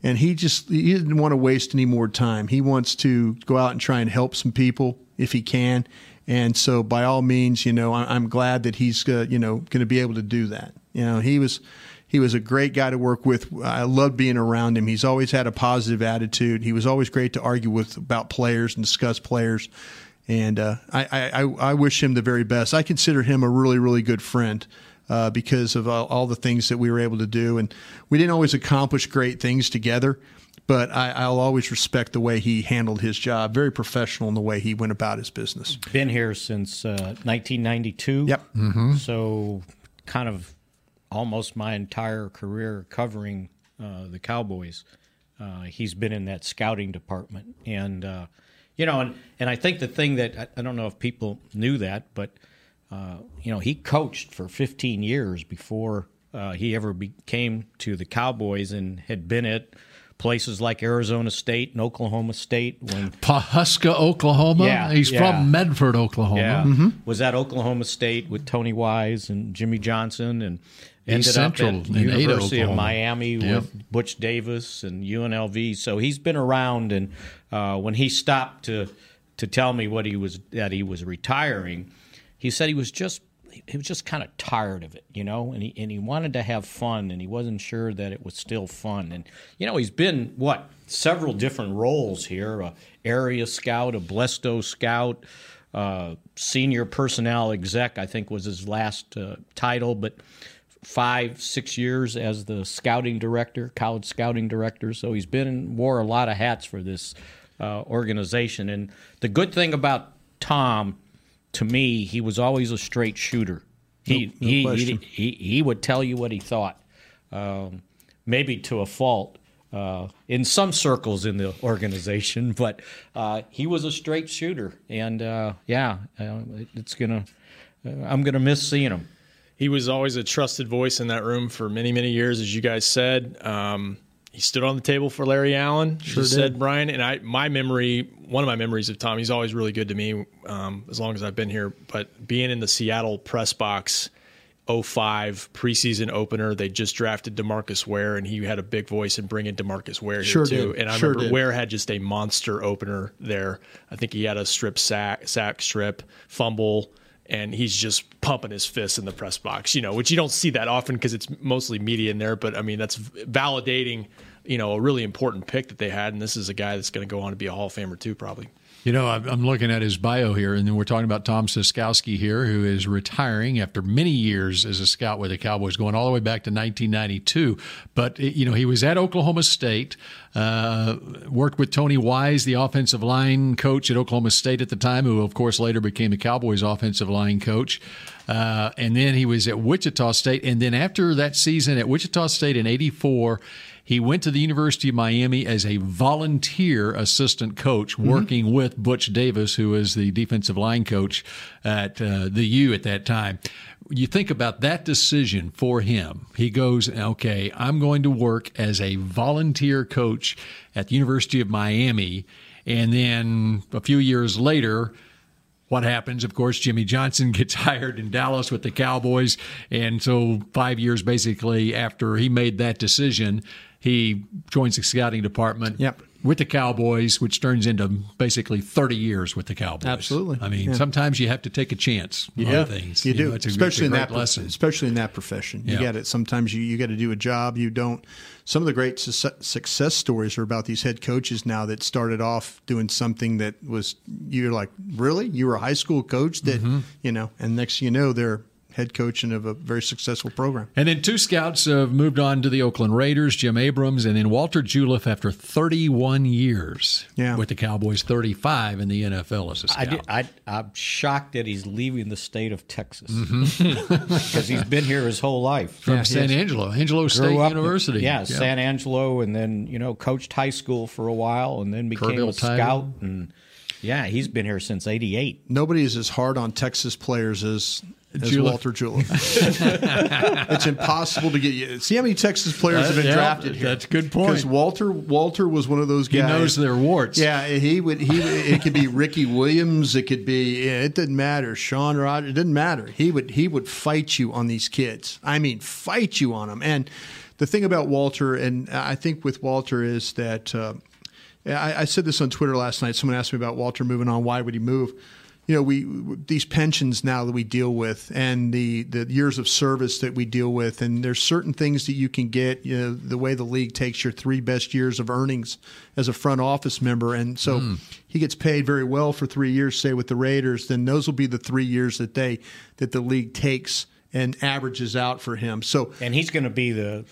Speaker 5: And he just he didn't want to waste any more time. He wants to go out and try and help some people if he can. And so, by all means, you know, I- I'm glad that he's uh, you know going to be able to do that. You know, he was he was a great guy to work with. I loved being around him. He's always had a positive attitude. He was always great to argue with about players and discuss players. And uh, I, I, I wish him the very best. I consider him a really, really good friend uh, because of all, all the things that we were able to do. And we didn't always accomplish great things together, but I, I'll always respect the way he handled his job. Very professional in the way he went about his business.
Speaker 6: Been here since uh, 1992. Yep.
Speaker 5: Mhm.
Speaker 6: So, kind of almost my entire career covering uh, the Cowboys. Uh, he's been in that scouting department, and uh, you know, and and I think the thing that I, I don't know if people knew that, but uh, you know, he coached for 15 years before uh, he ever be, came to the Cowboys, and had been at places like Arizona State and Oklahoma State when
Speaker 4: Pahuska, Oklahoma.
Speaker 6: Yeah,
Speaker 4: He's
Speaker 6: yeah.
Speaker 4: from Medford, Oklahoma. Mm-hmm.
Speaker 6: yeah. Was at Oklahoma State with Tony Wise and Jimmy Johnson and ended
Speaker 4: East Central
Speaker 6: up at
Speaker 4: in
Speaker 6: the
Speaker 4: Ada,
Speaker 6: University of
Speaker 4: Oklahoma.
Speaker 6: Miami
Speaker 4: Yep.
Speaker 6: with Butch Davis and UNLV. So he's been around and uh, when he stopped to to tell me what he was that he was retiring, he said he was just he was just kind of tired of it, you know, and he and he wanted to have fun and he wasn't sure that it was still fun. And you know, he's been what several different roles here, a area scout, a Blesto scout, uh, senior personnel exec, I think was his last uh, title, but five, six years as the scouting director, college scouting director. So he's been wore a lot of hats for this uh, organization. And the good thing about Tom, to me, he was always a straight shooter. He
Speaker 11: No- no
Speaker 6: he, he,
Speaker 11: question.
Speaker 6: he he would tell you what he thought, um, maybe to a fault. Uh, in some circles in the organization, but uh, he was a straight shooter, and uh, yeah, uh, it's gonna. Uh, I'm gonna miss seeing him.
Speaker 7: He was always a trusted voice in that room for many, many years, as you guys said. Um, he stood on the table for Larry Allen,
Speaker 12: Sure
Speaker 7: sure
Speaker 12: did.
Speaker 7: said Brian. And I, my memory, one of my memories of Tom, he's always really good to me um, as long as I've been here. But being in the Seattle press box, 05 preseason opener, they just drafted Demarcus Ware, and he had a big voice in bringing Demarcus Ware
Speaker 5: Sure
Speaker 7: here too.
Speaker 5: did.
Speaker 7: And I
Speaker 5: Sure
Speaker 7: remember
Speaker 5: did.
Speaker 7: Ware had just a monster opener there. I think he had a strip sack, sack strip, fumble, and he's just pumping his fist in the press box. You know, which you don't see that often because it's mostly media in there. But I mean, that's v- validating. You know, a really important pick that they had, and this is a guy that's going to go on to be a Hall of Famer too, probably.
Speaker 4: You know, I'm I'm looking at his bio here, and then we're talking about Tom Siskowski here, who is retiring after many years as a scout with the Cowboys, going all the way back to 1992. But, you know, he was at Oklahoma State, uh, worked with Tony Wise, the offensive line coach at Oklahoma State at the time, who, of course, later became the Cowboys offensive line coach. Uh, and then he was at Wichita State. And then after that season at Wichita State in 84, he went to the University of Miami as a volunteer assistant coach, working with Butch Davis, who was the defensive line coach at uh, the U at that time. You think about that decision for him. He goes, okay, I'm going to work as a volunteer coach at the University of Miami. And then a few years later, what happens? Of course, Jimmy Johnson gets hired in Dallas with the Cowboys. And so, five years basically after he made that decision, he joins the scouting department with the Cowboys, which turns into basically 30 years with the Cowboys.
Speaker 5: Absolutely.
Speaker 4: I mean,
Speaker 5: Yeah.
Speaker 4: sometimes you have to take a chance on
Speaker 5: Yeah,
Speaker 4: things.
Speaker 5: You, do,
Speaker 4: know, it's a- it's a
Speaker 5: especially in
Speaker 4: great
Speaker 5: that prof-
Speaker 4: lesson.
Speaker 5: especially in that profession. You
Speaker 4: Yeah.
Speaker 5: got it. Sometimes you, you got to do a job you don't. Some of the great su- success stories are about these head coaches now that started off doing something that
Speaker 4: Mm-hmm.
Speaker 5: was you're like really you were a high school coach that you know, and next thing you know they're head coach and of a very successful program.
Speaker 4: And then two scouts have moved on to the Oakland Raiders, Jim Abrams, and then Walter Juliff after 31 years
Speaker 5: yeah.
Speaker 4: with the Cowboys, 35 in the NFL as a scout.
Speaker 6: I did, I, I'm shocked that he's leaving the state of Texas because
Speaker 5: Mm-hmm.
Speaker 6: he's been here his whole life
Speaker 4: From San Angelo, Angelo
Speaker 6: Grew
Speaker 4: State
Speaker 6: up-
Speaker 4: University.
Speaker 6: Yeah,
Speaker 4: Yeah.
Speaker 6: San Angelo, and then you know coached high school for a while, and then became
Speaker 4: Kerrville
Speaker 6: a
Speaker 4: Tiger.
Speaker 6: scout. And yeah, he's been here since '88.
Speaker 5: Nobody is as hard on Texas players as, as
Speaker 6: Julef.
Speaker 5: Walter Julef. it's impossible to get you. See how many Texas players have been
Speaker 4: Yeah,
Speaker 5: drafted here.
Speaker 4: that's a good point.
Speaker 5: Because Walter Walter was one of those
Speaker 4: He
Speaker 5: guys.
Speaker 4: knows their warts.
Speaker 5: Yeah, he would. He would- it could be Ricky Williams. It could be. yeah, It didn't matter. Sean Rogers. It didn't matter. He would. He would fight you on these kids. I mean, fight you on them. And the thing about Walter, and I think with Walter is that uh, I, I said this on Twitter last night. Someone asked me about Walter moving on. Why would he move? You know, we these pensions now that we deal with, and the the years of service that we deal with, and there's certain things that you can get. You know, the way the league takes your three best years of earnings as a front office member, and so
Speaker 11: Mm.
Speaker 5: he gets paid very well for three years, say with the Raiders. Then those will be the three years that they that the league takes and averages out for him. So
Speaker 6: and he's going to be the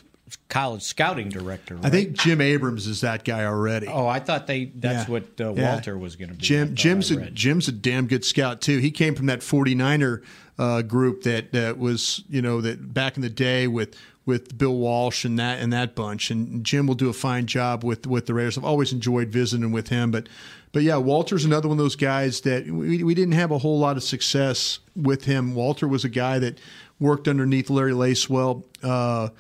Speaker 6: college scouting director.
Speaker 5: I think Jim Abrams is that guy already.
Speaker 6: Oh, I thought they—that's
Speaker 5: Yeah.
Speaker 6: what uh,
Speaker 5: Yeah.
Speaker 6: Walter was going to be.
Speaker 5: Jim Jim's a, Jim's a damn good scout too. He came from that 49er uh, group that that was you know that back in the day with with Bill Walsh and that and that bunch. And Jim will do a fine job with with the Raiders. I've always enjoyed visiting with him, but. But yeah, Walter's another one of those guys that we, we didn't have a whole lot of success with him. Walter was a guy that worked underneath Larry Lacewell. Uh,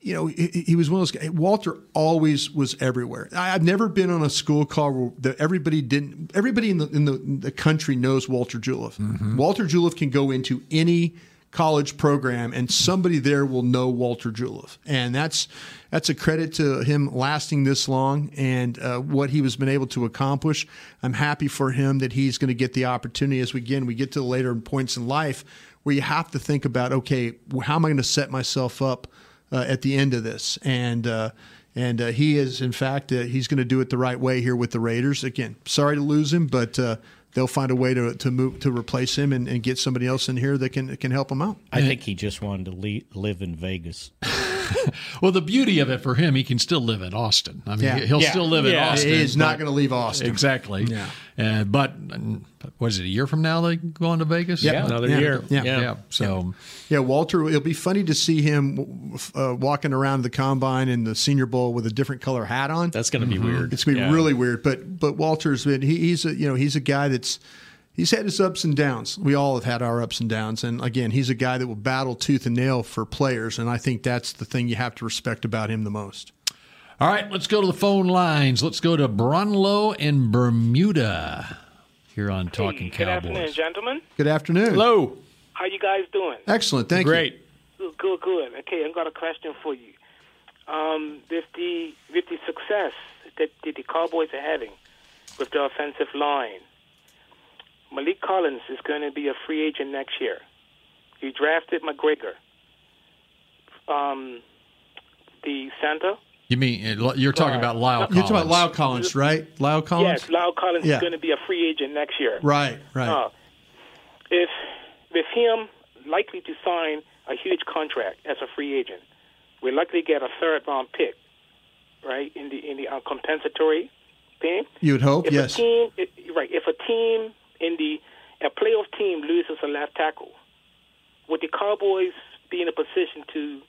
Speaker 5: you know, he, he was one of those guys. Walter always was everywhere. I, I've never been on a school call where the, everybody didn't. Everybody in the in the, the country knows Walter Juliff. Walter Juliff can go into any college program, and somebody there will know Walter Juliff, and that's that's a credit to him lasting this long and uh, what he has been able to accomplish. I'm happy for him that he's going to get the opportunity as we again we get to the later points in life where you have to think about okay, how am I going to set myself up? uh, at the end of this, and uh, and uh, he is in fact uh, he's going to do it the right way here with the Raiders. Again, sorry to lose him, but uh, they'll find a way to to move to replace him and, and get somebody else in here that can can help him out.
Speaker 6: I think he just wanted to le- live in Vegas.
Speaker 4: Well, the beauty of it for him, he can still live in Austin. I mean,
Speaker 5: Yeah.
Speaker 4: he'll
Speaker 5: Yeah.
Speaker 4: still live in
Speaker 5: Yeah.
Speaker 4: Austin.
Speaker 5: He's not
Speaker 4: but-
Speaker 5: gonna leave Austin.
Speaker 4: Exactly.
Speaker 5: Yeah.
Speaker 4: Uh, but mm, what is it, a year from now they go on to Vegas?
Speaker 5: Yeah. Yeah. Another Yeah. year.
Speaker 4: Yeah.
Speaker 5: Yeah.
Speaker 4: yeah.
Speaker 5: Yeah.
Speaker 4: So
Speaker 5: Yeah, Walter. It'll be funny to see him uh, walking around the combine and the Senior Bowl with a different color hat on. That's
Speaker 7: going to be weird.
Speaker 5: Mm-hmm. It's going to be
Speaker 7: Yeah.
Speaker 5: really weird. But but Walter's been he, he's a you know he's a guy that's he's had his ups and downs. We all have had our ups and downs. And again, he's a guy that will battle tooth and nail for players. And I think that's the thing you have to respect about him the most.
Speaker 4: all right, let's go to the phone lines. Let's go to Bronlow in Bermuda here on Talking
Speaker 12: Good afternoon,
Speaker 4: Cowboys.
Speaker 12: gentlemen.
Speaker 5: Good afternoon.
Speaker 7: Hello.
Speaker 12: How you guys doing?
Speaker 5: Excellent. Thank you.
Speaker 12: Good, good, good. Okay, I've got a question for you. Um, with the with the success that, that the Cowboys are having with their offensive line, Malik Collins is going to be a free agent next year. You drafted McGregor, um, the center.
Speaker 4: You mean uh, you're talking about Lyle Collins?
Speaker 5: You're talking about Lyle Collins, right? Lyle Collins.
Speaker 12: Yes, Lyle Collins
Speaker 5: Yeah.
Speaker 12: is going to be a free agent next year.
Speaker 5: Right, right.
Speaker 12: Uh, if with him likely to sign a huge contract as a free agent, we're likely to get a third round pick, right? In the in the uh, compensatory thing.
Speaker 5: You would hope,
Speaker 12: If
Speaker 5: yes.
Speaker 12: A team, if, right. If a team in the a playoff team loses a left tackle, would the Cowboys be in a position to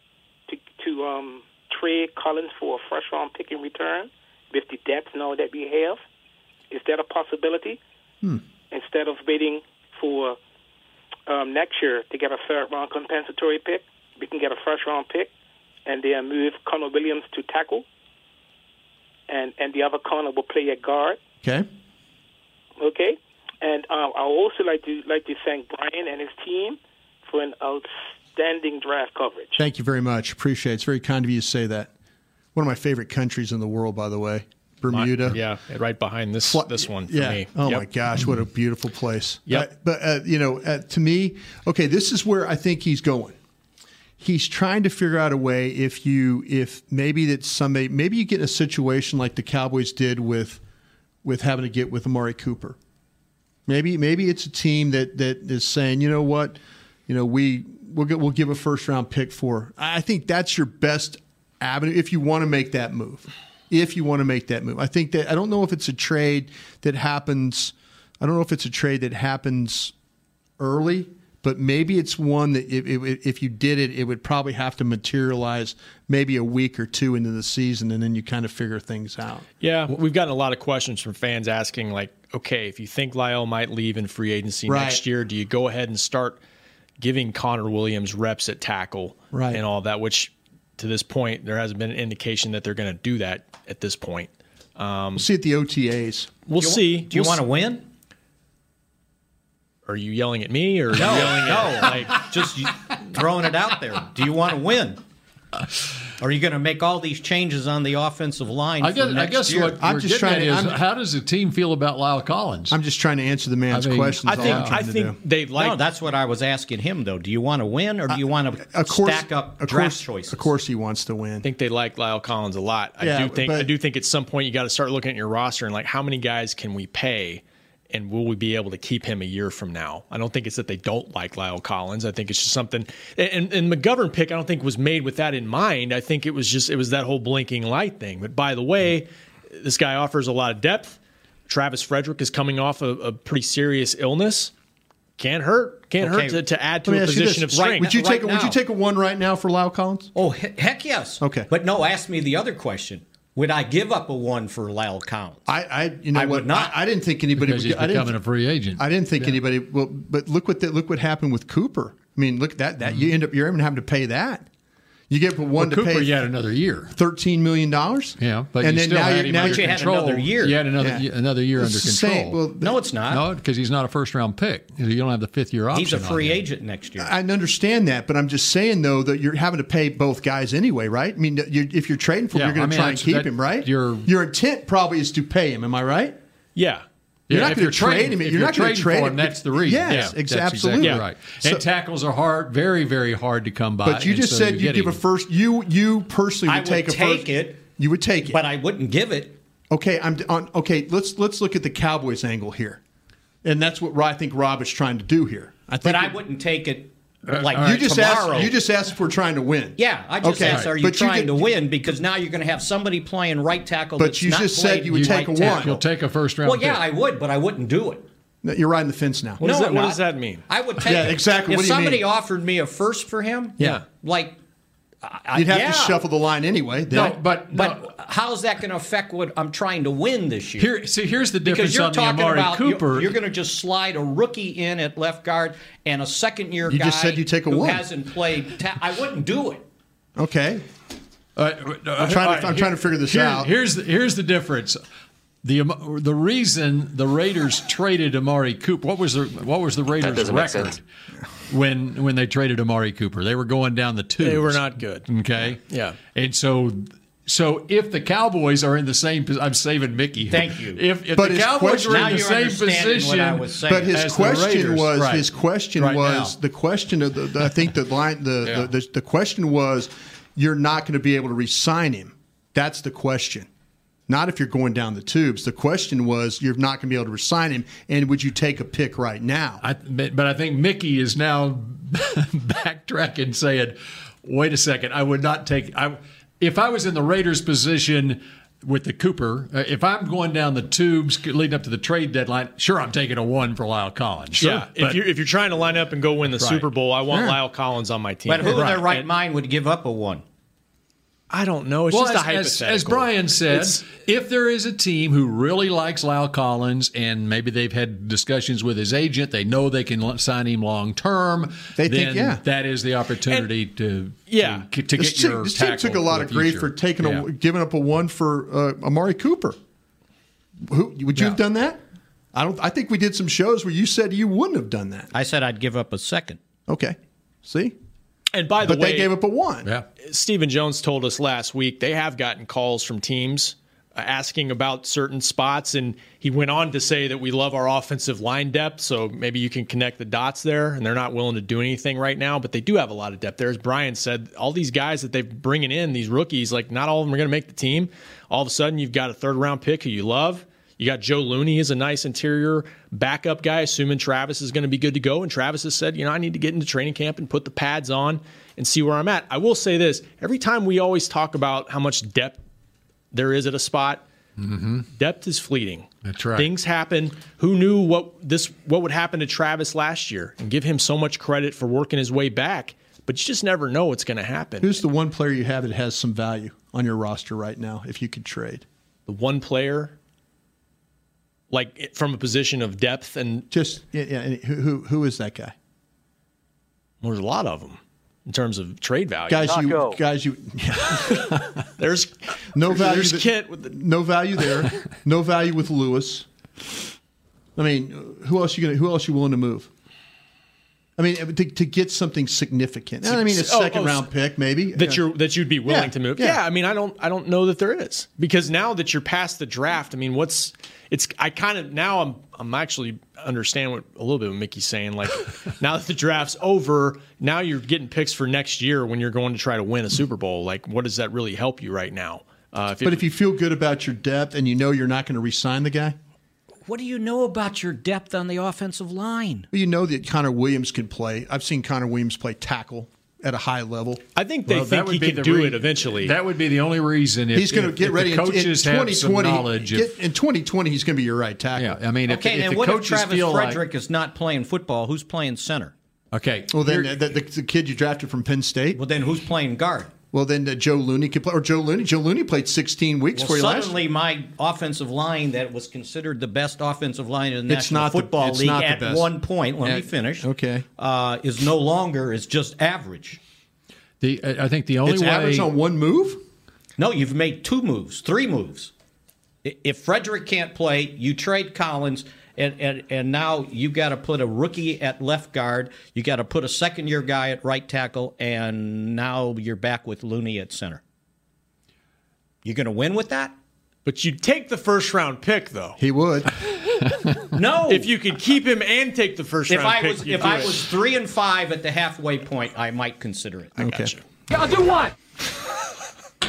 Speaker 12: to to um, trade Collins for a first round pick in return with the depth now that we have? Is that a possibility?
Speaker 5: Hmm.
Speaker 12: Instead of waiting for um, next year to get a third round compensatory pick, we can get a first round pick and then move Connor Williams to tackle. And, and the other corner will play at guard.
Speaker 5: Okay.
Speaker 12: Okay, and um, I also like to like to thank Brian and his team for an outstanding draft coverage.
Speaker 5: Thank you very much. Appreciate it. It's very kind of you to say that. One of my favorite countries in the world, by the way, Bermuda.
Speaker 7: yeah, right behind this this one for
Speaker 5: yeah.
Speaker 7: me.
Speaker 5: Oh
Speaker 7: Yep.
Speaker 5: my gosh, what a beautiful place.
Speaker 7: Yep.
Speaker 5: Uh, but uh, you know, uh, to me, okay, this is where I think he's going. He's trying to figure out a way if you if maybe that somebody maybe you get in a situation like the Cowboys did with with having to get with Amari Cooper. Maybe maybe it's a team that that is saying, you know what, you know we we'll get, we'll give a first round pick for. I think that's your best avenue if you want to make that move. If you want to make that move, I think that I don't know if it's a trade that happens. I don't know if it's a trade that happens early, but maybe it's one that if, if, if you did it, it would probably have to materialize maybe a week or two into the season, and then you kind of figure things out.
Speaker 7: Yeah, we've gotten a lot of questions from fans asking, like, okay, if you think Lyle might leave in free agency
Speaker 5: Right.
Speaker 7: next year, do you go ahead and start giving Connor Williams reps at tackle
Speaker 5: Right.
Speaker 7: and all that? Which to this point, there hasn't been an indication that they're going to do that at this point. Um,
Speaker 5: we'll see at the OTAs.
Speaker 7: We'll see. We'll see.
Speaker 6: win?
Speaker 7: Are you yelling at me or are you
Speaker 6: No,
Speaker 7: yelling
Speaker 6: no,
Speaker 7: at
Speaker 6: like just you- throwing it out there. Do you want to win? Are you going to make all these changes on the offensive line?
Speaker 4: I
Speaker 6: for
Speaker 4: guess, I
Speaker 6: next
Speaker 4: guess
Speaker 6: year?
Speaker 4: what I'm just trying to, how does the team feel about Lyle Collins?
Speaker 5: I'm just trying to answer the man's
Speaker 4: I mean,
Speaker 5: questions.
Speaker 4: I
Speaker 5: all
Speaker 4: think-
Speaker 5: I'm trying
Speaker 4: I
Speaker 5: to
Speaker 4: think
Speaker 5: do.
Speaker 7: they
Speaker 6: like. No, that's what I was asking him though. Do you want to win or do you want to stack up
Speaker 5: Uh, of
Speaker 6: draft
Speaker 5: course,
Speaker 6: choices?
Speaker 5: Of course, he wants to win. I
Speaker 7: think they like Lyle Collins a lot. I
Speaker 5: Yeah,
Speaker 7: do think I
Speaker 5: but-
Speaker 7: do think at some point you got to start looking at your roster and like how many guys can we pay and will we be able to keep him a year from now? I don't think it's that they don't like Lyle Collins. I think it's just something and, and McGovern pick I don't think was made with that in mind. I think it was just it was that whole blinking light thing. But by the way, this guy offers a lot of depth. Travis Frederick is coming off a, a pretty serious illness. Can't hurt. Can't
Speaker 5: Okay.
Speaker 7: hurt to, to
Speaker 5: Let
Speaker 7: add to
Speaker 5: me
Speaker 7: a
Speaker 5: ask you
Speaker 7: position of
Speaker 5: this.
Speaker 7: strength.
Speaker 5: Would you take a, Would you take a one right now for Lyle Collins?
Speaker 6: Oh he- heck yes. Okay, but no. Ask me the other question. Would I give up a one for Lyle Collins?
Speaker 5: I, I you know
Speaker 6: I
Speaker 5: what?
Speaker 6: would not.
Speaker 5: I, I didn't think anybody.
Speaker 6: Because
Speaker 5: would,
Speaker 6: he's
Speaker 5: I didn't-
Speaker 6: becoming a
Speaker 4: free agent.
Speaker 5: I didn't think anybody. Well, but look what that look what happened with Cooper. I mean, look at that that you end up you're even having to pay that. You get one
Speaker 4: Well,
Speaker 5: to
Speaker 4: Cooper,
Speaker 5: pay.
Speaker 4: you had another year,
Speaker 5: thirteen million dollars.
Speaker 4: Yeah, but
Speaker 5: and
Speaker 4: you
Speaker 5: then
Speaker 4: still
Speaker 5: now
Speaker 4: had
Speaker 5: you're-
Speaker 4: him
Speaker 5: now
Speaker 4: under
Speaker 5: you're- you had
Speaker 4: control.
Speaker 5: another year.
Speaker 4: You had another
Speaker 5: Yeah.
Speaker 4: y- another year
Speaker 5: It's
Speaker 4: under
Speaker 5: the
Speaker 4: control.
Speaker 5: same. Well,
Speaker 6: no, it's not.
Speaker 4: No, because he's not a first round pick. You don't have the fifth year option.
Speaker 6: He's a
Speaker 4: on
Speaker 6: free
Speaker 4: him.
Speaker 6: agent next year.
Speaker 5: I understand that, but I'm just saying though that you're having to pay both guys anyway, right? I mean, you if you're trading for, him,
Speaker 4: Yeah,
Speaker 5: you're going
Speaker 4: I
Speaker 5: to
Speaker 4: mean,
Speaker 5: try and
Speaker 4: that's-
Speaker 5: keep
Speaker 4: that-
Speaker 5: him, right?
Speaker 4: Your
Speaker 5: your intent probably is to pay him. Am I right?
Speaker 7: Yeah.
Speaker 5: You're
Speaker 4: Yeah,
Speaker 5: not
Speaker 4: if
Speaker 5: going to trade
Speaker 4: trading-
Speaker 5: him.
Speaker 4: if
Speaker 5: You're, not going to
Speaker 4: trading
Speaker 5: trade
Speaker 4: for him. That's the reason.
Speaker 5: Yes,
Speaker 4: yeah,
Speaker 5: ex-
Speaker 4: that's
Speaker 5: absolutely
Speaker 4: exactly right.
Speaker 5: So-
Speaker 4: and tackles are hard, very, very hard to come by.
Speaker 5: But you
Speaker 4: and
Speaker 5: just
Speaker 4: so
Speaker 5: said
Speaker 4: you
Speaker 5: you
Speaker 4: get
Speaker 5: give
Speaker 4: him.
Speaker 5: a first. You you personally would,
Speaker 6: I would
Speaker 5: take a
Speaker 6: take
Speaker 5: first.
Speaker 6: it.
Speaker 5: You would take it,
Speaker 6: but I wouldn't give it.
Speaker 5: Okay, I'm on. Okay, let's let's look at the Cowboys angle here, and that's what Ro- I think Rob is trying to do here. I think
Speaker 6: But I wouldn't take it
Speaker 5: Uh,
Speaker 6: like
Speaker 5: you just
Speaker 6: tomorrow.
Speaker 5: asked. You just asked if we're trying to win.
Speaker 6: Yeah, I just
Speaker 5: Okay.
Speaker 6: asked, are you
Speaker 5: But you
Speaker 6: trying
Speaker 5: did-
Speaker 6: to win? Because now you're going to have somebody playing right tackle.
Speaker 5: But
Speaker 6: that's
Speaker 5: you
Speaker 6: not
Speaker 5: just said
Speaker 6: played
Speaker 5: you would
Speaker 6: right
Speaker 5: take a
Speaker 6: tackle.
Speaker 5: one. You'll
Speaker 4: take a first
Speaker 6: Well, yeah, I would, but I wouldn't do it.
Speaker 5: No, You're riding the fence now.
Speaker 6: no, I'm not.
Speaker 7: mean?
Speaker 6: I would take
Speaker 5: Yeah,
Speaker 6: it.
Speaker 5: exactly.
Speaker 6: If
Speaker 5: What do you
Speaker 6: somebody
Speaker 5: mean?
Speaker 6: offered me a first for him,
Speaker 5: Yeah.
Speaker 6: like I,
Speaker 5: You'd have
Speaker 6: yeah.
Speaker 5: to shuffle the line anyway. then.
Speaker 6: No, but but how's that going to affect what I'm trying to win this year?
Speaker 4: Here, see, here's the
Speaker 6: because
Speaker 4: difference
Speaker 6: you're
Speaker 4: on the
Speaker 6: talking
Speaker 4: Amari
Speaker 6: about
Speaker 4: Cooper.
Speaker 6: you're, going to just slide a rookie in at left guard and a second year
Speaker 5: You
Speaker 6: guy
Speaker 5: just said you take a
Speaker 6: who
Speaker 5: one.
Speaker 6: hasn't played. Ta- I wouldn't do it.
Speaker 5: okay.
Speaker 4: Uh, I'm
Speaker 5: trying to- I'm trying to figure this out.
Speaker 4: Here's the, here's the difference. The Am- the reason the Raiders traded Amari Cooper. What was the what was the Raiders'
Speaker 7: doesn't make
Speaker 4: record
Speaker 7: sense.
Speaker 4: when when they traded Amari Cooper? They were going down the two.
Speaker 7: They were not good.
Speaker 4: Okay.
Speaker 7: Yeah.
Speaker 4: And so. So if the Cowboys are in the same, pos- I'm saving Mickey.
Speaker 6: Thank you.
Speaker 4: If, if
Speaker 5: But
Speaker 4: the
Speaker 5: his
Speaker 4: Cowboys
Speaker 5: question-
Speaker 4: are
Speaker 5: Now
Speaker 4: in the
Speaker 5: you're
Speaker 4: same
Speaker 5: understanding
Speaker 4: position,
Speaker 5: what I was But his
Speaker 4: as the
Speaker 5: question
Speaker 4: Raiders-
Speaker 5: was
Speaker 4: Right.
Speaker 5: his question
Speaker 4: Right
Speaker 5: was
Speaker 4: now.
Speaker 5: the question of the, the- I think the line the,
Speaker 4: Yeah.
Speaker 5: the, the the question was you're not going to be able to re-sign him. That's the question. Not if you're going down the tubes. The question was you're not going to be able to resign him, and would you take a pick right now?
Speaker 4: I, but but I think Mickey is now backtracking, saying, "Wait a second, I would not take. I if I was in the Raiders' position with the Cooper, uh, if I'm going down the tubes leading up to the trade deadline, sure, I'm taking a one for Lyle Collins.
Speaker 7: yeah, if
Speaker 4: but-
Speaker 7: you're if you're trying to line up and go win the
Speaker 4: Right.
Speaker 7: Super Bowl, I want
Speaker 4: Yeah.
Speaker 7: Lyle Collins on my team.
Speaker 6: But who in their
Speaker 7: And-
Speaker 6: right mind would give up a one?
Speaker 7: I don't know. It's
Speaker 4: well,
Speaker 7: just a
Speaker 4: as- as-
Speaker 7: hypothetical.
Speaker 4: As, Brian said,
Speaker 7: It's-
Speaker 4: if there is a team who really likes Lyle Collins and maybe they've had discussions with his agent, they know they can l- sign him long term.
Speaker 5: They think,
Speaker 4: then
Speaker 5: yeah.
Speaker 4: that is the opportunity to
Speaker 5: Yeah.
Speaker 4: to, to
Speaker 5: this
Speaker 4: get
Speaker 5: team,
Speaker 4: your
Speaker 5: this team
Speaker 4: tackle
Speaker 5: took a lot
Speaker 4: for
Speaker 5: of
Speaker 4: the
Speaker 5: grief
Speaker 4: future.
Speaker 5: for taking
Speaker 4: Yeah.
Speaker 5: a, giving up a one for uh, Amari Cooper. Who would you have done that? I don't. I think we did some shows where you said you wouldn't have done that.
Speaker 6: I said I'd give up a second.
Speaker 5: Okay, see,
Speaker 7: and by the
Speaker 5: but
Speaker 7: way,
Speaker 5: they gave up a one.
Speaker 4: Yeah.
Speaker 7: Stephen Jones told us last week they have gotten calls from teams uh, asking about certain spots, and he went on to say that we love our offensive line depth, so maybe you can connect the dots there. And they're not willing to do anything right now, but they do have a lot of depth there. As Brian said, all these guys that they're bringing in, these rookies, like not all of them are going to make the team. All of a sudden, you've got a third round pick who you love. You got Joe Looney as a nice interior backup guy, assuming Travis is going to be good to go. And Travis has said, you know, I need to get into training camp and put the pads on and see where I'm at. I will say this every time we always talk about how much depth there is at a spot,
Speaker 4: Mm-hmm.
Speaker 7: depth is fleeting.
Speaker 4: That's right.
Speaker 7: Things happen. Who knew what this what would happen to Travis last year? And give him so much credit for working his way back, but you just never know what's going to happen.
Speaker 5: Who's the one player you have that has some value on your roster right now if you could trade?
Speaker 7: The one player, like it- from a position of depth, and
Speaker 5: just yeah, yeah. and Who who, who is that guy?
Speaker 7: Well, there's a lot of them in terms of trade value.
Speaker 5: Guys, you guys, you
Speaker 7: there's
Speaker 5: no value.
Speaker 7: There's
Speaker 5: that-
Speaker 7: Kent with the
Speaker 5: no value there. no value with Lewis. I mean, who else you gonna? Who else you willing to move? I mean, to, to get something significant. I mean, a
Speaker 7: Oh,
Speaker 5: second
Speaker 7: oh,
Speaker 5: round pick, maybe
Speaker 7: that
Speaker 5: Yeah.
Speaker 7: you're that you'd be willing
Speaker 5: Yeah,
Speaker 7: to move.
Speaker 5: yeah.
Speaker 7: Yeah. I mean, I don't I don't know that there is because now that you're past the draft, I mean, what's it's I kind of now I'm I'm actually understand what a little bit what Mickey's saying. Like now that the draft's over, now you're getting picks for next year when you're going to try to win a Super Bowl. Like, what does that really help you right now? Uh,
Speaker 5: But if you feel good about your depth and you know you're not going to re-sign the guy,
Speaker 11: What do you know about your depth on the offensive line?
Speaker 5: well, you know that Connor Williams can play. I've seen Connor Williams play tackle at a high level.
Speaker 7: I think
Speaker 4: Well, that would be the re- That would be the only reason if,
Speaker 5: he's going to
Speaker 4: if-
Speaker 5: get
Speaker 4: if
Speaker 5: ready
Speaker 4: The
Speaker 5: in-
Speaker 4: coaches
Speaker 5: in,
Speaker 4: have some
Speaker 5: 2020.
Speaker 4: knowledge.
Speaker 5: get-
Speaker 4: Of,
Speaker 5: in 2020, he's going to be your right tackle. Yeah,
Speaker 4: I mean, if,
Speaker 6: okay,
Speaker 4: if
Speaker 6: then
Speaker 4: the
Speaker 6: what if
Speaker 4: coaches
Speaker 6: Travis
Speaker 4: feel like
Speaker 6: Frederick is not playing football? Who's playing center?
Speaker 4: Okay.
Speaker 5: Well, then the, the, the kid you drafted from Penn State. Well,
Speaker 6: then who's playing guard?
Speaker 5: Well, then uh, Joe Looney could play, or Joe Looney. Joe Looney played 16 weeks
Speaker 6: Well,
Speaker 5: for you last.
Speaker 6: suddenly, my offensive line that was considered the best offensive line in the
Speaker 5: It's
Speaker 6: National
Speaker 5: not the-
Speaker 6: Football
Speaker 5: it's
Speaker 6: League
Speaker 5: not the
Speaker 6: at
Speaker 5: best.
Speaker 6: one point. Let me
Speaker 5: At-
Speaker 6: finish.
Speaker 5: Okay,
Speaker 6: uh, is no longer is just average.
Speaker 4: The I think the only
Speaker 6: it's
Speaker 4: way
Speaker 6: average on
Speaker 5: one move.
Speaker 6: No, you've made two moves, three moves. I- If Frederick can't play, you trade Collins, and and, and now you've got to put a rookie at left guard. You got to put a second year guy at right tackle, and now you're back with Looney at center. You're going to win with that.
Speaker 7: But you'd take the first round pick though.
Speaker 5: He would.
Speaker 6: no,
Speaker 7: if you could keep him and take the first
Speaker 6: If
Speaker 7: round
Speaker 6: I
Speaker 7: pick,
Speaker 6: was
Speaker 7: you'd
Speaker 6: if
Speaker 7: do
Speaker 6: I
Speaker 7: it.
Speaker 6: was three and five at the halfway point, I might consider it.
Speaker 5: okay.
Speaker 6: I'll do what?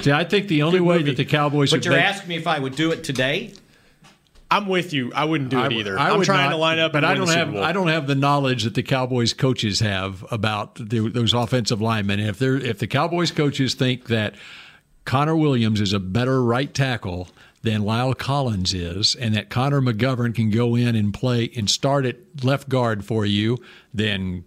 Speaker 4: See, I think the only way that the Cowboys
Speaker 6: But
Speaker 4: would
Speaker 6: you're
Speaker 4: make-
Speaker 6: asking me if I would do it today.
Speaker 7: I'm with you. I wouldn't do
Speaker 4: I
Speaker 7: it
Speaker 4: would-
Speaker 7: either.
Speaker 4: I
Speaker 7: I'm
Speaker 4: would
Speaker 7: trying
Speaker 4: not,
Speaker 7: to line up,
Speaker 4: but
Speaker 7: and
Speaker 4: I
Speaker 7: win
Speaker 4: don't
Speaker 7: the
Speaker 4: have
Speaker 7: Super Bowl.
Speaker 4: I don't have the knowledge that the Cowboys coaches have about the, those offensive linemen. If they're if the Cowboys coaches think that Connor Williams is a better right tackle than Lyle Collins is, and that Connor McGovern can go in and play and start at left guard for you, then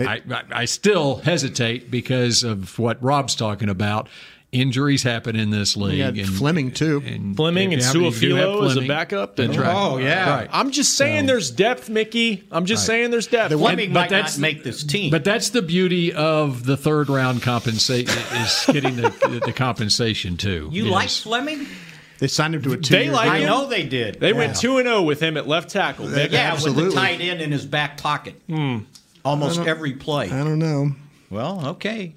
Speaker 4: I, I, I still hesitate because of what Rob's talking about. Injuries happen in this league.
Speaker 5: Yeah, Fleming too.
Speaker 7: Fleming and
Speaker 4: if you have- if you do have
Speaker 7: Suafilo as a
Speaker 4: Fleming,
Speaker 7: backup.
Speaker 4: that's right.
Speaker 7: Oh,
Speaker 4: Right.
Speaker 7: I'm just saying there's depth, Mickey. I'm just saying there's depth.
Speaker 4: And- but that's- But that's the beauty of the third round compensation is getting the, the compensation too.
Speaker 6: You
Speaker 4: is-
Speaker 6: like Fleming?
Speaker 5: They signed him to a two.
Speaker 7: They like
Speaker 6: I
Speaker 7: him.
Speaker 6: know they did.
Speaker 7: They
Speaker 6: Yeah.
Speaker 7: went two and zero with him at left tackle.
Speaker 6: Yeah,
Speaker 7: Mick.
Speaker 6: with the tight end in his back pocket. Almost
Speaker 7: I don't-
Speaker 6: every play.
Speaker 5: I don't know.
Speaker 6: Well, okay.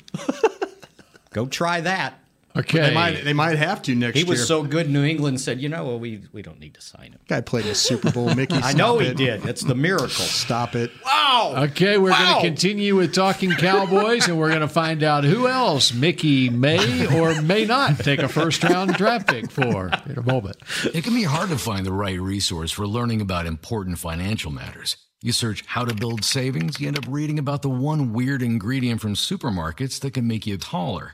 Speaker 6: Go try that.
Speaker 4: Okay.
Speaker 5: They might. They might have to next
Speaker 6: He
Speaker 5: year.
Speaker 6: was so good. New England said, "You know, well, we we don't need to sign him."
Speaker 5: Guy played in the Super Bowl. Mickey.
Speaker 6: I
Speaker 5: stop
Speaker 6: know he
Speaker 5: it.
Speaker 6: did. It's the miracle.
Speaker 5: Stop it.
Speaker 6: Wow.
Speaker 4: Okay, we're
Speaker 6: Wow.
Speaker 4: going to continue with talking Cowboys, and we're going to find out who else Mickey may or may not take a first round draft pick for in a moment.
Speaker 13: It can be hard to find the right resource for learning about important financial matters. You search how to build savings, you end up reading about the one weird ingredient from supermarkets that can make you taller.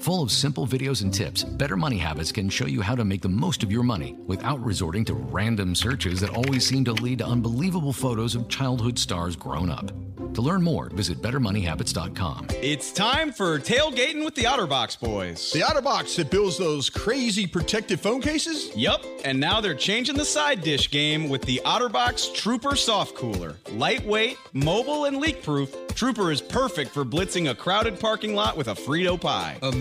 Speaker 13: Full of simple videos and tips, Better Money Habits can show you how to make the most of your money without resorting to random searches that always seem to lead to unbelievable photos of childhood stars grown up. To learn more, visit BetterMoneyHabits.com.
Speaker 3: It's time for tailgating with the Otterbox boys.
Speaker 10: The OtterBox that builds those crazy protective phone cases?
Speaker 3: Yup, and now they're changing the side dish game with the Otterbox Trooper Soft Cooler. Lightweight, mobile, and leak proof, Trooper is perfect for blitzing a crowded parking lot with a Frito pie.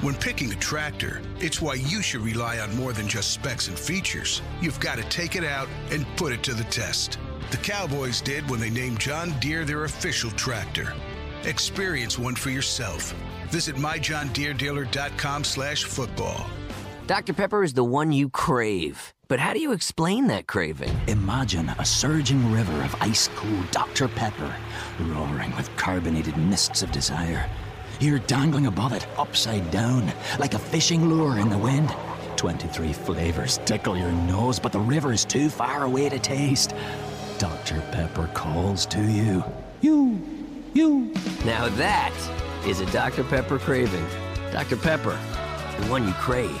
Speaker 14: When picking a tractor, it's why you should rely on more than just specs and features. You've got to take it out and put it to the test. The Cowboys did when they named John Deere their official tractor. Experience one for yourself. Visit myjohndeeredealer.com slash football.
Speaker 15: Dr. Pepper is the one you crave. But how do you explain that craving?
Speaker 16: Imagine a surging river of ice cool Dr. Pepper, roaring with carbonated mists of desire. You're dangling above it, upside down, like a fishing lure in the wind. 23 flavors tickle your nose, but the river is too far away to taste. Dr. Pepper calls to you. You, you.
Speaker 15: Now that is a Dr. Pepper craving. Dr. Pepper, the one you crave.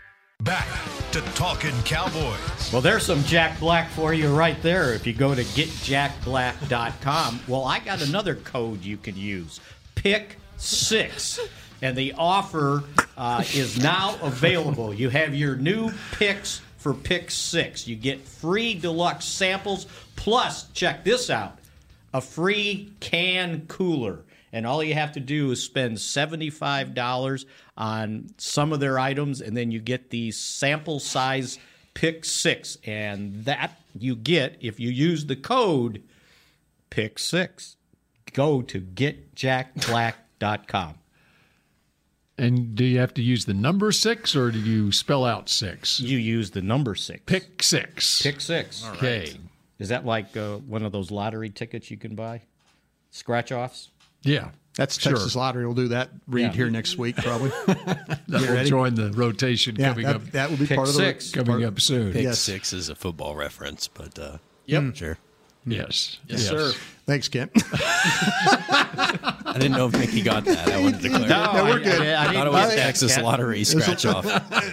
Speaker 1: Back to Talking Cowboys.
Speaker 6: Well, there's some Jack Black for you right there if you go to getjackblack.com. Well, I got another code you can use pick six. And the offer uh, is now available. You have your new picks for pick six. You get free deluxe samples, plus, check this out a free can cooler and all you have to do is spend $75 on some of their items and then you get the sample size pick 6 and that you get if you use the code pick 6 go to getjackblack.com
Speaker 4: And do you have to use the number six or do you spell out six?
Speaker 6: You use the number six.
Speaker 4: Pick six.
Speaker 6: Pick six.
Speaker 4: All right. Okay.
Speaker 6: Is that like uh, one of those lottery tickets you can buy? Scratch offs?
Speaker 4: Yeah.
Speaker 5: That's sure. Texas Lottery. We'll do that read yeah. here next week, probably.
Speaker 4: that will join the rotation
Speaker 5: yeah,
Speaker 4: coming
Speaker 5: that,
Speaker 4: up.
Speaker 5: That will be
Speaker 4: Pick
Speaker 5: part
Speaker 4: six.
Speaker 5: of
Speaker 4: the coming up soon.
Speaker 17: Pick yes. six is a football reference, but uh,
Speaker 5: yep,
Speaker 17: sure.
Speaker 4: Yes.
Speaker 5: yes, yes, sir. Hmm. Thanks, Kent.
Speaker 17: I didn't know if Mickey got that. I wanted to
Speaker 5: no,
Speaker 17: clarify.
Speaker 5: No, we're good.
Speaker 17: I, I, I thought it was Texas Kent. lottery scratch off.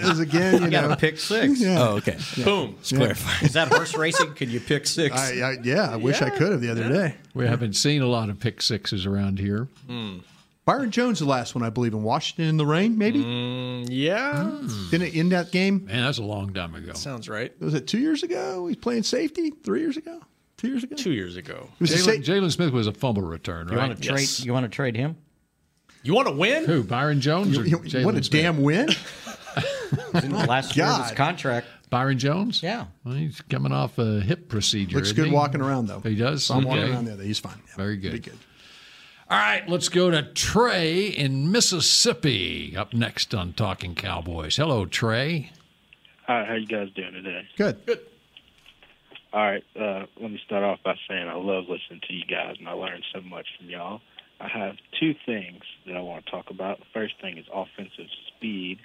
Speaker 5: Is again, you,
Speaker 6: got to pick six.
Speaker 17: Yeah. Oh, okay.
Speaker 6: Yeah. Boom.
Speaker 17: Just clarify.
Speaker 6: Is that horse racing? Can you pick six?
Speaker 5: I, I, yeah, I wish I could have the other day.
Speaker 4: We haven't seen a lot of pick sixes around here.
Speaker 5: Mm. Byron Jones, the last one, I believe, in Washington in the rain, maybe.
Speaker 7: Mm, yeah.
Speaker 5: Mm. Didn't it end that game?
Speaker 4: Man, that's a long time ago.
Speaker 7: Sounds right.
Speaker 5: Was it two years ago? He's playing safety. Three years ago. Two years ago.
Speaker 7: Two years ago.
Speaker 4: Jalen, Jalen Smith was a fumble return, right?
Speaker 6: You want to trade? Yes. You want to trade him?
Speaker 7: You want to win?
Speaker 4: Who? Byron Jones? You, you,
Speaker 5: what a
Speaker 4: Smith?
Speaker 5: damn win!
Speaker 6: last year of his contract.
Speaker 4: Byron Jones?
Speaker 6: Yeah.
Speaker 4: Well, he's coming off a hip procedure.
Speaker 5: Looks good
Speaker 4: he?
Speaker 5: walking around though.
Speaker 4: He does.
Speaker 5: So I'm okay. walking around there. He's fine.
Speaker 4: Yeah, Very good. good. All right, let's go to Trey in Mississippi up next on Talking Cowboys. Hello, Trey.
Speaker 18: Hi, how you guys doing today?
Speaker 5: Good.
Speaker 7: Good.
Speaker 18: All right, uh, let me start off by saying I love listening to you guys, and I learned so much from y'all. I have two things that I want to talk about. The first thing is offensive speed.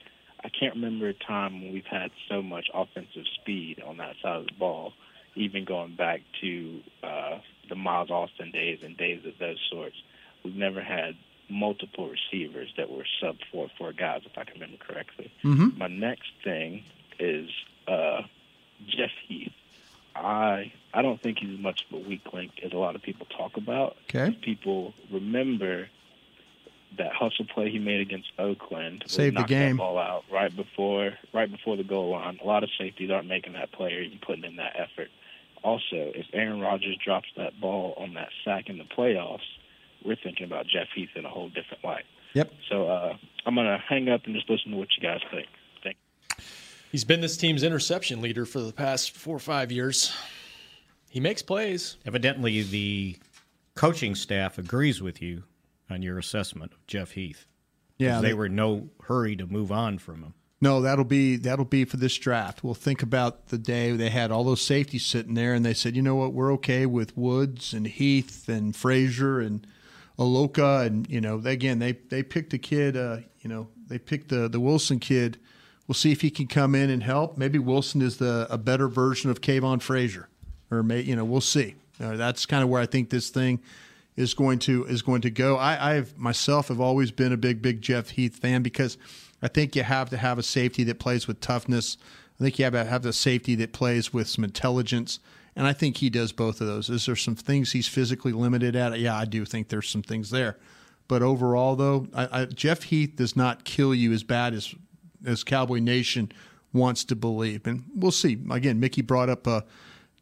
Speaker 18: I can't remember a time when we've had so much offensive speed on that side of the ball, even going back to uh, the Miles Austin days and days of those sorts. We've never had multiple receivers that were sub four four guys, if I can remember correctly.
Speaker 5: Mm-hmm.
Speaker 18: My next thing is uh, Jeff Heath. I I don't think he's as much of a weak link as a lot of people talk about.
Speaker 5: Okay.
Speaker 18: People remember that hustle play he made against Oakland.
Speaker 5: Saved the game.
Speaker 18: That ball out right before right before the goal line. A lot of safeties aren't making that play or even putting in that effort. Also, if Aaron Rodgers drops that ball on that sack in the playoffs, we're thinking about Jeff Heath in a whole different light.
Speaker 5: Yep.
Speaker 18: So uh, I'm gonna hang up and just listen to what you guys think.
Speaker 7: He's been this team's interception leader for the past four or five years. He makes plays.
Speaker 6: Evidently, the coaching staff agrees with you on your assessment of Jeff Heath.
Speaker 5: Yeah,
Speaker 6: they, they were in no hurry to move on from him.
Speaker 5: No, that'll be that'll be for this draft. We'll think about the day they had all those safeties sitting there, and they said, you know what, we're okay with Woods and Heath and Frazier and Aloka, and you know, again, they they picked a kid. Uh, you know, they picked the the Wilson kid. We'll see if he can come in and help. Maybe Wilson is the a better version of Kayvon Frazier, or may, you know we'll see. Uh, that's kind of where I think this thing is going to is going to go. I, I've myself have always been a big big Jeff Heath fan because I think you have to have a safety that plays with toughness. I think you have to have the safety that plays with some intelligence. And I think he does both of those. Is there some things he's physically limited at? Yeah, I do think there's some things there. But overall, though, I, I, Jeff Heath does not kill you as bad as as Cowboy Nation wants to believe. And we'll see. Again, Mickey brought up uh,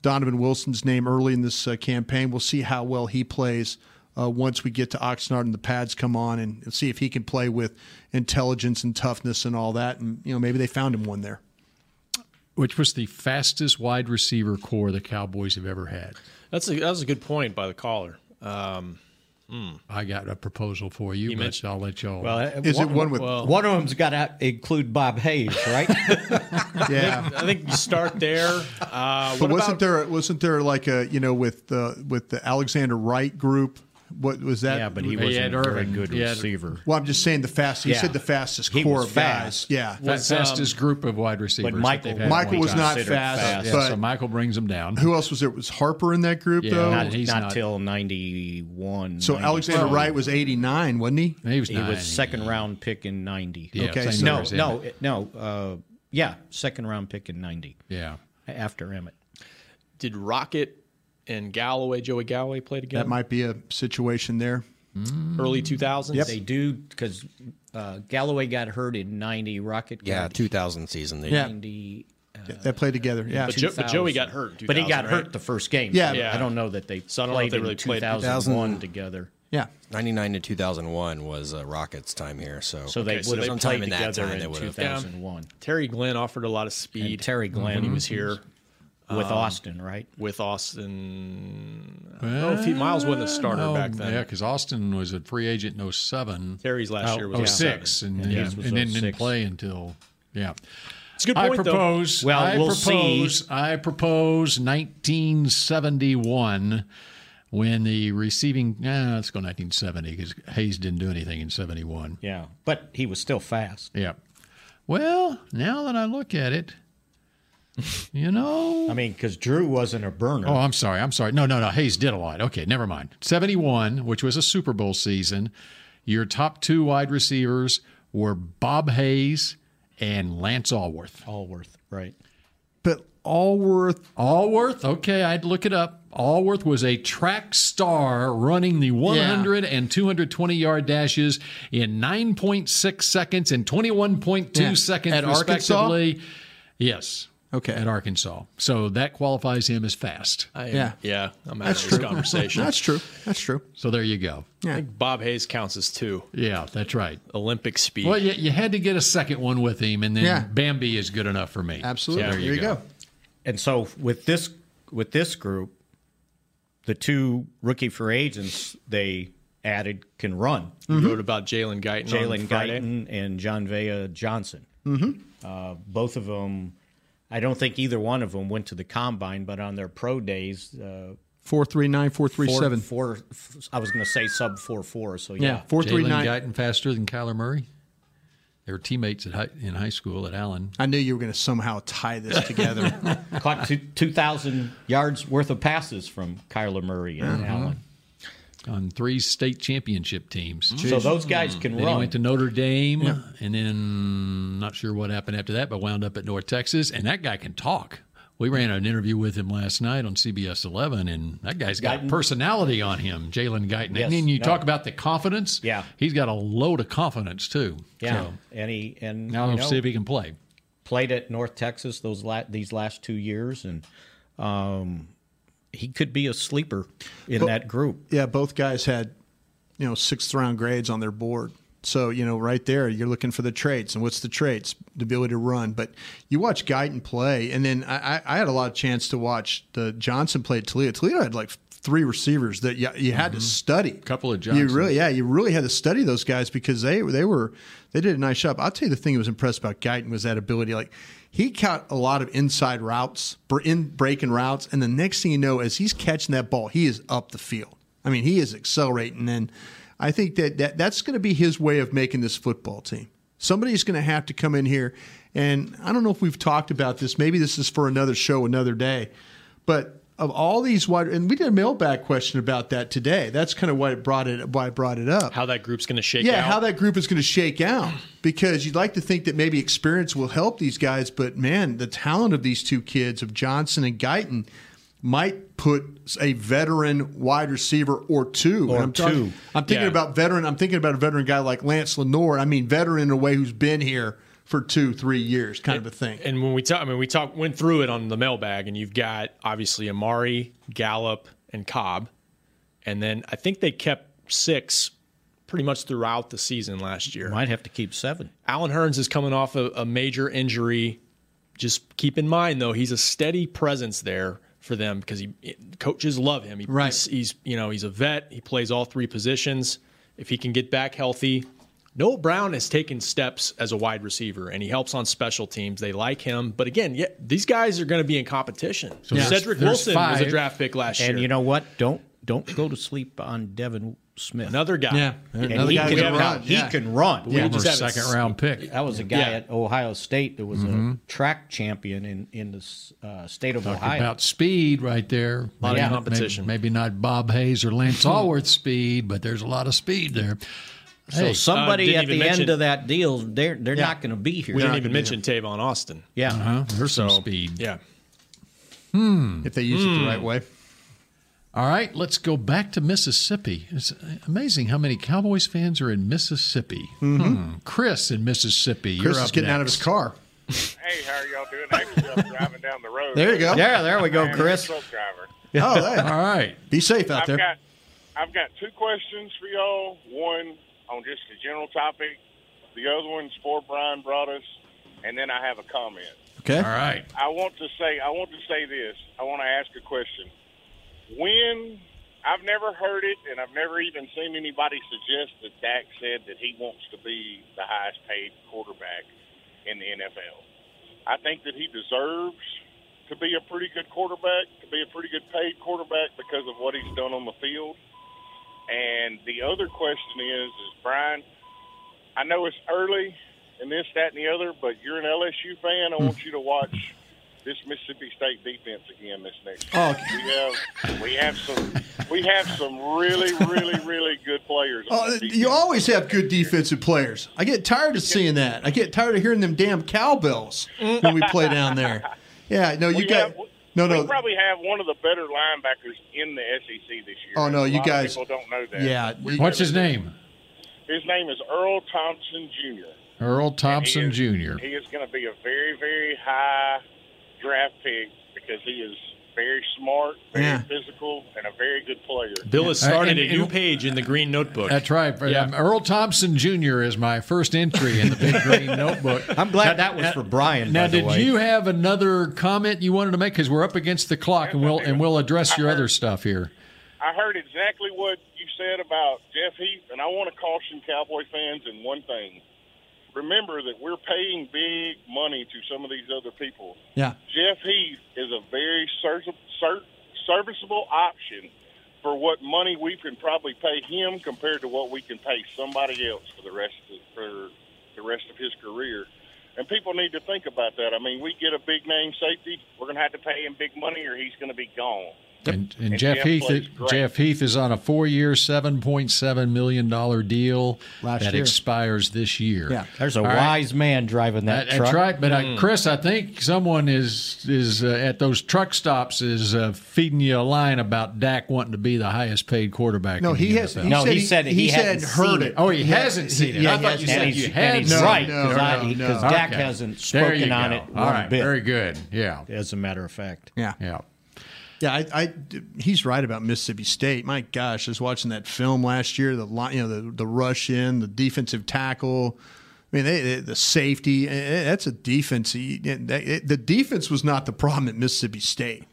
Speaker 5: Donovan Wilson's name early in this uh, campaign. We'll see how well he plays uh, once we get to Oxnard and the pads come on and see if he can play with intelligence and toughness and all that. And, you know, maybe they found him one there.
Speaker 4: Which was the fastest wide receiver core the Cowboys have ever had.
Speaker 7: That's a, that was a good point by the caller. Um,
Speaker 4: I got a proposal for you, but I'll let y'all.
Speaker 6: Well, one of them's got to include Bob Hayes, right?
Speaker 7: yeah, I think, I think you start there. Uh,
Speaker 5: but
Speaker 7: what
Speaker 5: wasn't
Speaker 7: about
Speaker 5: there wasn't there like a you know with the with the Alexander Wright group? What was that?
Speaker 6: Yeah, but he wasn't a very good receiver.
Speaker 5: Well, I'm just saying the fastest. You
Speaker 6: Yeah.
Speaker 5: said the fastest
Speaker 6: He
Speaker 5: core
Speaker 6: was
Speaker 5: of guys.
Speaker 6: fast.
Speaker 5: Yeah,
Speaker 4: Fa-
Speaker 7: um,
Speaker 4: fastest group of wide receivers. that
Speaker 5: Michael-
Speaker 4: they've had
Speaker 5: Michael was not
Speaker 4: considered
Speaker 5: fast,
Speaker 4: Yeah,
Speaker 5: but-
Speaker 4: so Michael brings them down.
Speaker 5: Who else was there? Was Harper in that group
Speaker 4: Yeah,
Speaker 5: though?
Speaker 4: not- he's
Speaker 6: not till '91.
Speaker 5: So Alexander Wright was 89, wasn't he?
Speaker 4: He
Speaker 6: He was second round pick in '90.
Speaker 5: Yeah, Okay,
Speaker 6: okay,
Speaker 5: same so-
Speaker 6: no,
Speaker 5: year as
Speaker 6: no, no. Uh, yeah, second round pick in '90.
Speaker 4: Yeah,
Speaker 6: after Emmett.
Speaker 7: did Rocket and Galloway, Joey Galloway, play together?
Speaker 5: That might be a situation there.
Speaker 7: Early 2000s?
Speaker 6: They do because uh, Galloway got hurt in '90. Rocket.
Speaker 17: Yeah,
Speaker 6: got
Speaker 17: 2000 season. They
Speaker 5: Yeah.
Speaker 6: '90.
Speaker 5: they played together. Yeah,
Speaker 6: But Jo- but Joey got hurt in
Speaker 5: But he got
Speaker 6: 2000,
Speaker 5: hurt.
Speaker 6: right? the first game.
Speaker 5: Yeah.
Speaker 6: I don't- I don't know that they
Speaker 17: So I don't know if
Speaker 6: played
Speaker 17: they
Speaker 6: in
Speaker 17: really played
Speaker 6: 2001 together.
Speaker 5: Yeah,
Speaker 17: 99 to 2001 was uh, Rockets' time here. So
Speaker 6: So they
Speaker 17: Oh, Okay,
Speaker 6: would have
Speaker 17: sometime
Speaker 6: played
Speaker 17: that
Speaker 6: together
Speaker 17: time
Speaker 6: in
Speaker 17: they would have-
Speaker 6: 2001.
Speaker 7: Terry Glenn offered a lot of speed.
Speaker 6: Terry
Speaker 7: when
Speaker 6: Glenn
Speaker 7: he was here
Speaker 6: With
Speaker 17: Um,
Speaker 6: Austin, right?
Speaker 7: With Austin, I don't know if he, Miles wasn't a starter
Speaker 4: Oh,
Speaker 7: back then.
Speaker 4: Yeah, because Austin was a free agent in 07.
Speaker 7: Terry's last
Speaker 4: Oh,
Speaker 7: year was
Speaker 4: 06,
Speaker 7: 07.
Speaker 4: and, then
Speaker 7: Yeah.
Speaker 4: and,
Speaker 7: His was
Speaker 4: then didn't
Speaker 7: 06.
Speaker 4: play until, yeah.
Speaker 7: It's a good
Speaker 4: I
Speaker 7: point, though.
Speaker 4: propose,
Speaker 7: Well,
Speaker 4: I
Speaker 7: we'll
Speaker 4: propose, I propose 1971 when the receiving, nah, let's go 1970 because Hayes didn't do anything in 71.
Speaker 6: Yeah, but he was still fast.
Speaker 4: Yeah. Well, now that I look at it, you know.
Speaker 6: I mean, because Drew wasn't a burner.
Speaker 4: Oh, I'm sorry. I'm sorry. No, no, no. Hayes did a lot. Okay, never mind. 71, which was a Super Bowl season, your top two wide receivers were Bob Hayes and Lance Allworth.
Speaker 6: Allworth, right.
Speaker 5: But Allworth.
Speaker 4: Allworth, okay, I'd look it up. Allworth was a track star running the 100 and 220 yard dashes in 9.6 seconds and 21.2
Speaker 5: Yeah.
Speaker 4: seconds
Speaker 5: At Arkansas?
Speaker 4: respectively. Yes.
Speaker 5: Okay.
Speaker 4: At Arkansas. So that qualifies him as fast.
Speaker 7: I am-
Speaker 5: Yeah.
Speaker 7: yeah, I'm out
Speaker 5: That's
Speaker 7: of this
Speaker 5: true.
Speaker 7: conversation.
Speaker 5: That's true. That's true.
Speaker 4: So there you go.
Speaker 7: I think Bob Hayes counts as two.
Speaker 4: Yeah, that's right.
Speaker 7: Olympic speed.
Speaker 4: Well, you, you had to get a second one with him, and then
Speaker 7: Yeah.
Speaker 4: Bambi is good enough for me.
Speaker 5: Absolutely.
Speaker 4: So there you go.
Speaker 6: And so with this with this group, the two rookie free agents they added can run.
Speaker 7: You
Speaker 5: Mm-hmm.
Speaker 7: wrote about Jalen Guyton.
Speaker 6: Jalen
Speaker 7: on Friday.
Speaker 6: Guyton and John Vea Johnson.
Speaker 7: Mhm.
Speaker 6: Uh, both of them, I don't think either one of them went to the combine, but on their pro days, uh,
Speaker 5: Four three nine four three
Speaker 6: four-
Speaker 5: seven.
Speaker 6: four- f- I was going to say sub four four. So yeah,
Speaker 5: Yeah, four, three,
Speaker 4: Jalen
Speaker 5: nine.
Speaker 4: Guyton faster than Kyler Murray. They were teammates at high, in high school at Allen.
Speaker 5: I knew you were going to somehow tie this together.
Speaker 6: caught two, two thousand yards worth of passes from Kyler Murray and
Speaker 4: Mhm.
Speaker 6: Allen.
Speaker 4: on three state championship teams.
Speaker 6: So Jeez. those guys can
Speaker 4: then He
Speaker 6: run.
Speaker 4: went to Notre Dame,
Speaker 6: Mm-hmm. Yeah.
Speaker 4: and then not sure what happened after that, but wound up at North Texas. And that guy can talk. We ran an interview with him last night on CBS 11, and that guy's got
Speaker 6: Guyton.
Speaker 4: personality on him, Jalen Guyton.
Speaker 6: Yes,
Speaker 4: and then you
Speaker 6: no.
Speaker 4: talk about the confidence.
Speaker 6: Yeah.
Speaker 4: he's got a load of confidence too.
Speaker 6: Yeah,
Speaker 4: So,
Speaker 6: and he and
Speaker 4: now
Speaker 6: you
Speaker 4: we'll
Speaker 6: know,
Speaker 4: see if he can play.
Speaker 6: played at North Texas those la- these last two years, and um, he could be a sleeper in
Speaker 5: But-
Speaker 6: that group.
Speaker 5: yeah, both guys had, you know, sixth round grades on their board. So, you know, right there, you're looking for the traits. And what's the traits? The ability to run. But you watch Guyton play. And then I, I- I had a lot of chance to watch the Johnson play at Toledo. Toledo had like three receivers that you, you had to study.
Speaker 4: Mm-hmm. couple of
Speaker 5: You really, yeah, you really had to study those guys because they they were they did a nice job. I'll tell you the thing that was impressed about Guyton was that ability. Like he caught a lot of inside routes, br- in breaking routes, and the next thing you know, as he's catching that ball, he is up the field. I mean, he is accelerating, and I think that, that that's going to be his way of making this football team. Somebody's going to have to come in here, and I don't know if we've talked about this. Maybe this is for another show, another day, but of all these wide, and we did a mailbag question about that today. That's kind of why it brought it why I brought it up.
Speaker 7: How that group's going to shake
Speaker 5: yeah,
Speaker 7: out.
Speaker 5: how that group is going to shake out because you'd like to think that maybe experience will help these guys, but man, the talent of these two kids of Johnson and Guyton might put a veteran wide receiver or two.
Speaker 6: Or
Speaker 5: And I'm talking-
Speaker 6: two.
Speaker 5: I'm thinking
Speaker 6: Yeah.
Speaker 5: about veteran. I'm thinking about a veteran guy like Lance Lenore. I mean, veteran in a way who's been here for two, three years, kind of a thing.
Speaker 7: And when we talk, I mean, we talk went through it on the mailbag, and you've got obviously Amari, Gallup, and Cobb, and then I think they kept six pretty much throughout the season last year. Might
Speaker 6: have to keep seven.
Speaker 7: Alan Hearns is coming off a, a major injury. Just keep in mind though, he's a steady presence there for them because he coaches love him. He,
Speaker 5: Right.
Speaker 7: He's, he's you know he's a vet. He plays all three positions. If he can get back healthy, Noah Brown has taken steps as a wide receiver, and he helps on special teams. They like him, but again, yeah, these guys are going to be in competition.
Speaker 6: So there's-
Speaker 7: Cedric
Speaker 6: there's
Speaker 7: Wilson was
Speaker 6: five.
Speaker 7: a draft pick last
Speaker 6: And
Speaker 7: year.
Speaker 6: you know what? Don't don't go to sleep on Devin Smith.
Speaker 7: Another guy. Yeah.
Speaker 6: And
Speaker 7: Another
Speaker 6: he,
Speaker 7: guy
Speaker 6: can
Speaker 7: who can
Speaker 6: run.
Speaker 7: run.
Speaker 6: he
Speaker 7: Yeah.
Speaker 6: can run.
Speaker 7: We Yeah. just Former haven't- second-round
Speaker 4: pick.
Speaker 6: That was a guy
Speaker 7: Yeah.
Speaker 6: at Ohio State that was
Speaker 4: Mhm.
Speaker 6: a track champion in in the uh, state of
Speaker 4: Talking
Speaker 6: Ohio.
Speaker 4: about speed right there.
Speaker 6: Lot of
Speaker 4: Maybe-
Speaker 6: competition.
Speaker 4: Maybe, maybe not Bob Hayes or Lance Allworth speed, but there's a lot of speed there.
Speaker 6: so
Speaker 4: Hey. uh,
Speaker 6: somebody at the end of that deal, they're they're not going to be here.
Speaker 7: We didn't even mention Tavon Austin.
Speaker 6: Yeah.
Speaker 4: Uh-huh. There's some speed.
Speaker 7: Yeah.
Speaker 4: Hmm.
Speaker 5: If they use it the right way.
Speaker 4: All right, let's go back to Mississippi. It's amazing how many Cowboys fans are in Mississippi. Hmm. Chris in Mississippi.
Speaker 5: Chris
Speaker 4: you're
Speaker 5: is
Speaker 4: up
Speaker 5: getting out of
Speaker 4: next.
Speaker 5: his car.
Speaker 2: Hey, how are y'all doing? Actually, I'm driving down the road.
Speaker 4: There you go. Yeah, there we go,
Speaker 2: I am a
Speaker 4: Chris.
Speaker 2: Truck driver.
Speaker 5: Oh, hey.
Speaker 4: All right.
Speaker 5: Be safe out
Speaker 2: I've
Speaker 5: there.
Speaker 2: got I've got two questions for y'all. One on just a general topic. The other one's for Brian brought us, and then I have a comment.
Speaker 5: okay. All
Speaker 4: right.
Speaker 2: I want to say I want to say this. I want to ask a question. When I've never heard it, and I've never even seen anybody suggest that Dak said that he wants to be the highest paid quarterback in the NFL. I think that he deserves to be a pretty good quarterback, to be a pretty good paid quarterback because of what he's done on the field. And the other question is, is Brian, I know it's early and this, that, and the other, but you're an LSU fan.
Speaker 5: Hmm.
Speaker 2: I want you to watch this Mississippi State defense again this next year.
Speaker 5: Oh.
Speaker 2: We have we have some we have some really, really, really good players. on
Speaker 5: Oh,
Speaker 2: that defense.
Speaker 5: you always have good defensive players. I get tired of seeing that. I get tired of hearing them damn cowbells when we play down there. Yeah, no, you
Speaker 2: We
Speaker 5: got
Speaker 2: have-
Speaker 5: no,
Speaker 2: we
Speaker 5: no.
Speaker 2: probably have one of the better linebackers in the SEC this year.
Speaker 5: Oh no,
Speaker 2: A
Speaker 5: you
Speaker 2: lot of
Speaker 5: guys.
Speaker 2: people don't know that.
Speaker 5: Yeah,
Speaker 2: We
Speaker 4: What's
Speaker 2: really
Speaker 4: his
Speaker 2: do.
Speaker 4: name?
Speaker 2: His name is Earl Thompson Jr.
Speaker 4: Earl Thompson Jr.
Speaker 2: He is going to be a very, very high draft pick because he is very smart, very
Speaker 4: Yeah.
Speaker 2: physical, and a very good player.
Speaker 7: Bill has started
Speaker 4: And-
Speaker 7: a new page in the green notebook.
Speaker 4: That's right. But,
Speaker 7: Yeah.
Speaker 4: um, Earl Thompson Jr. is my first entry in the Big Green Notebook.
Speaker 6: I'm glad that was for Brian,
Speaker 4: Now,
Speaker 6: by the
Speaker 4: did
Speaker 6: way.
Speaker 4: you have another comment you wanted to make? Because we're up against the clock, and we'll and we'll address your other stuff here.
Speaker 2: I heard exactly what you said about Jeff Heath, and I want to caution Cowboy fans in one thing. Remember that we're paying big money to some of these other people.
Speaker 5: Yeah.
Speaker 2: Jeff Heath is a very ser- ser- serviceable option for what money we can probably pay him compared to what we can pay somebody else for the rest of, for the rest of his career. And people need to think about that. I mean, we get a big name safety, we're going to have to pay him big money, or he's going to be gone.
Speaker 4: And, and
Speaker 2: And
Speaker 4: Jeff,
Speaker 2: Jeff plays
Speaker 4: Heath,
Speaker 2: great.
Speaker 4: Jeff Heath is on a four-year, seven point seven million dollar deal that
Speaker 6: year.
Speaker 4: expires this year.
Speaker 6: Yeah. There's a
Speaker 4: All right.
Speaker 6: wise man driving that
Speaker 4: That-
Speaker 6: truck.
Speaker 4: That's right. But I, Chris, I think someone is is uh, at those truck stops is uh, feeding you a line about Dak wanting to be the highest paid quarterback.
Speaker 5: No,
Speaker 4: in
Speaker 5: he
Speaker 4: the
Speaker 5: has.
Speaker 4: NFL.
Speaker 5: He said he, said heard it.
Speaker 4: Oh, he hasn't seen it.
Speaker 5: Yeah,
Speaker 4: I
Speaker 5: he
Speaker 4: thought you
Speaker 5: hasn't.
Speaker 4: said
Speaker 5: And
Speaker 4: you
Speaker 5: he's-
Speaker 4: had.
Speaker 5: and he's
Speaker 4: seen
Speaker 5: right,
Speaker 4: it.
Speaker 5: 'cause I- 'cause
Speaker 6: Dak hasn't
Speaker 4: There you
Speaker 6: spoken on
Speaker 4: go.
Speaker 6: it
Speaker 4: All
Speaker 6: one
Speaker 4: right,
Speaker 6: bit.
Speaker 4: very good. Yeah,
Speaker 6: as a matter of fact.
Speaker 5: Yeah.
Speaker 4: Yeah.
Speaker 5: Yeah, I, I, he's right about Mississippi State. My gosh, just watching that film last year, the line, you know, the, the rush in, the defensive tackle. I mean, they, they, the safety. eh, eh, That's a defense. eh, they- eh, The defense was not the problem at Mississippi State.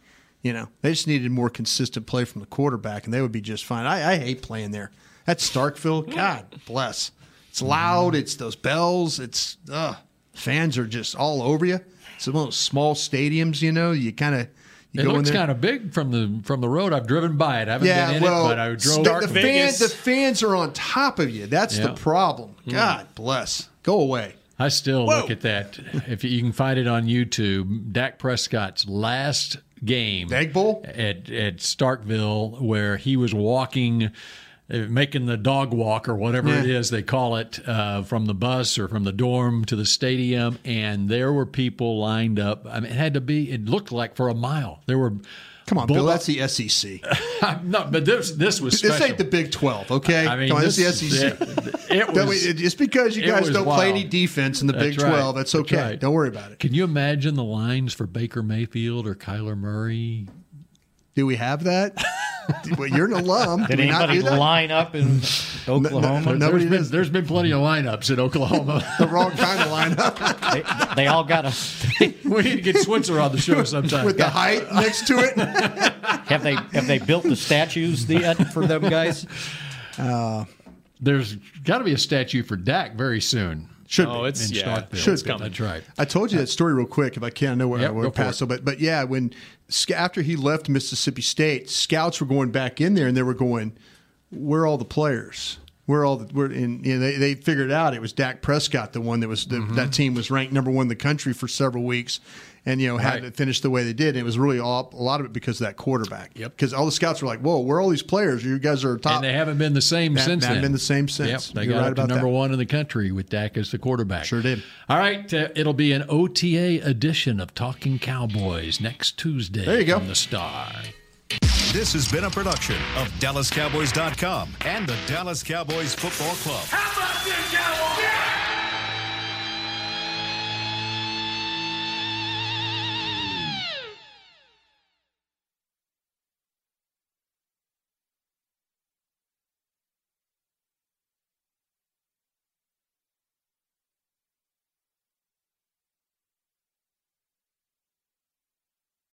Speaker 5: You know, they just needed more consistent play from the quarterback, and they would be just fine. I, I hate playing there. That's Starkville. God bless. It's loud. It's those bells. It's ugh, fans are just all over you. It's one of those small stadiums. You know, you kind of you
Speaker 4: It
Speaker 5: go in
Speaker 4: looks
Speaker 5: there.
Speaker 4: kind of big from the from the road. I've driven by it. I haven't been in it, but I drove.
Speaker 5: the, the fans, the fans are on top of you. That's
Speaker 4: Yeah. Hmm.
Speaker 5: the problem. God bless. Go away.
Speaker 4: I still look at that. If you can find it on YouTube, Dak Prescott's last game. Egg Bowl? At, at Starkville, where he was walking, uh, making the dog walk or whatever it
Speaker 5: Yeah.
Speaker 4: is they call it, uh, from the bus or from the dorm to the stadium. And there were people lined up. I mean, it had to be, it looked like for a mile. There were.
Speaker 5: Come on, Bill, that's the SEC.
Speaker 4: no, but this this was
Speaker 5: This
Speaker 4: special.
Speaker 5: ain't the Big Twelve, okay?
Speaker 4: I mean,
Speaker 5: Come on, this,
Speaker 4: this-
Speaker 5: is the SEC.
Speaker 4: it
Speaker 5: That
Speaker 4: was-
Speaker 5: way- it's because you
Speaker 4: it
Speaker 5: guys
Speaker 4: was
Speaker 5: don't play
Speaker 4: wild.
Speaker 5: any defense in the Big
Speaker 4: That's right.
Speaker 5: Twelve. That's okay.
Speaker 4: right.
Speaker 5: Don't worry about it.
Speaker 4: Can you imagine the lines for Baker Mayfield or Kyler Murray?
Speaker 5: Do we have that? well, you're an alum.
Speaker 4: Did
Speaker 5: Do we not
Speaker 4: anybody
Speaker 5: do that?
Speaker 4: line
Speaker 6: up in
Speaker 5: Oklahoma?
Speaker 4: there's
Speaker 5: nobody
Speaker 4: been, there's been plenty of lineups in Oklahoma. the
Speaker 5: wrong kind of lineup.
Speaker 6: they, all got a.
Speaker 4: we need to get Switzer on the show sometime.
Speaker 5: With the height next to it.
Speaker 6: Have they have they built the statues yet for them guys?
Speaker 4: Uh, there's got to be a statue for Dak very soon.
Speaker 5: Should be.
Speaker 4: in Starkville.
Speaker 5: Should be.
Speaker 4: That's right.
Speaker 5: I told you that story real quick. If I can, I know where
Speaker 4: Yep,
Speaker 5: I
Speaker 4: go
Speaker 5: would
Speaker 4: for
Speaker 5: pass. But but yeah, when sc- after he left Mississippi State, scouts were going back in there and they were going, "Where are all the players? Where are all the?" Where, and you know, they they figured out it was Dak Prescott, the one that was the,
Speaker 4: Mm-hmm.
Speaker 5: that team was ranked number one in the country for several weeks. And you know had
Speaker 4: Right.
Speaker 5: it finished the way they did. And it was really all, a lot of it because of that quarterback.
Speaker 4: Yep.
Speaker 5: Because all the scouts were like, "Whoa, where are all these players? You guys are top."
Speaker 4: And they haven't been the same
Speaker 5: That-
Speaker 4: since
Speaker 5: that
Speaker 4: then.
Speaker 5: been the same since.
Speaker 4: Yep, they
Speaker 5: You're
Speaker 4: got
Speaker 5: right
Speaker 4: up to
Speaker 5: about
Speaker 4: number
Speaker 5: that.
Speaker 4: one in the country with Dak as the quarterback. Sure did. All right, uh, it'll be an OTA edition of Talking Cowboys next Tuesday.
Speaker 1: There you go.
Speaker 4: From the Star.
Speaker 1: This has been a production of DallasCowboys.com and the Dallas Cowboys Football Club.
Speaker 8: How about this, Cowboys? Yeah!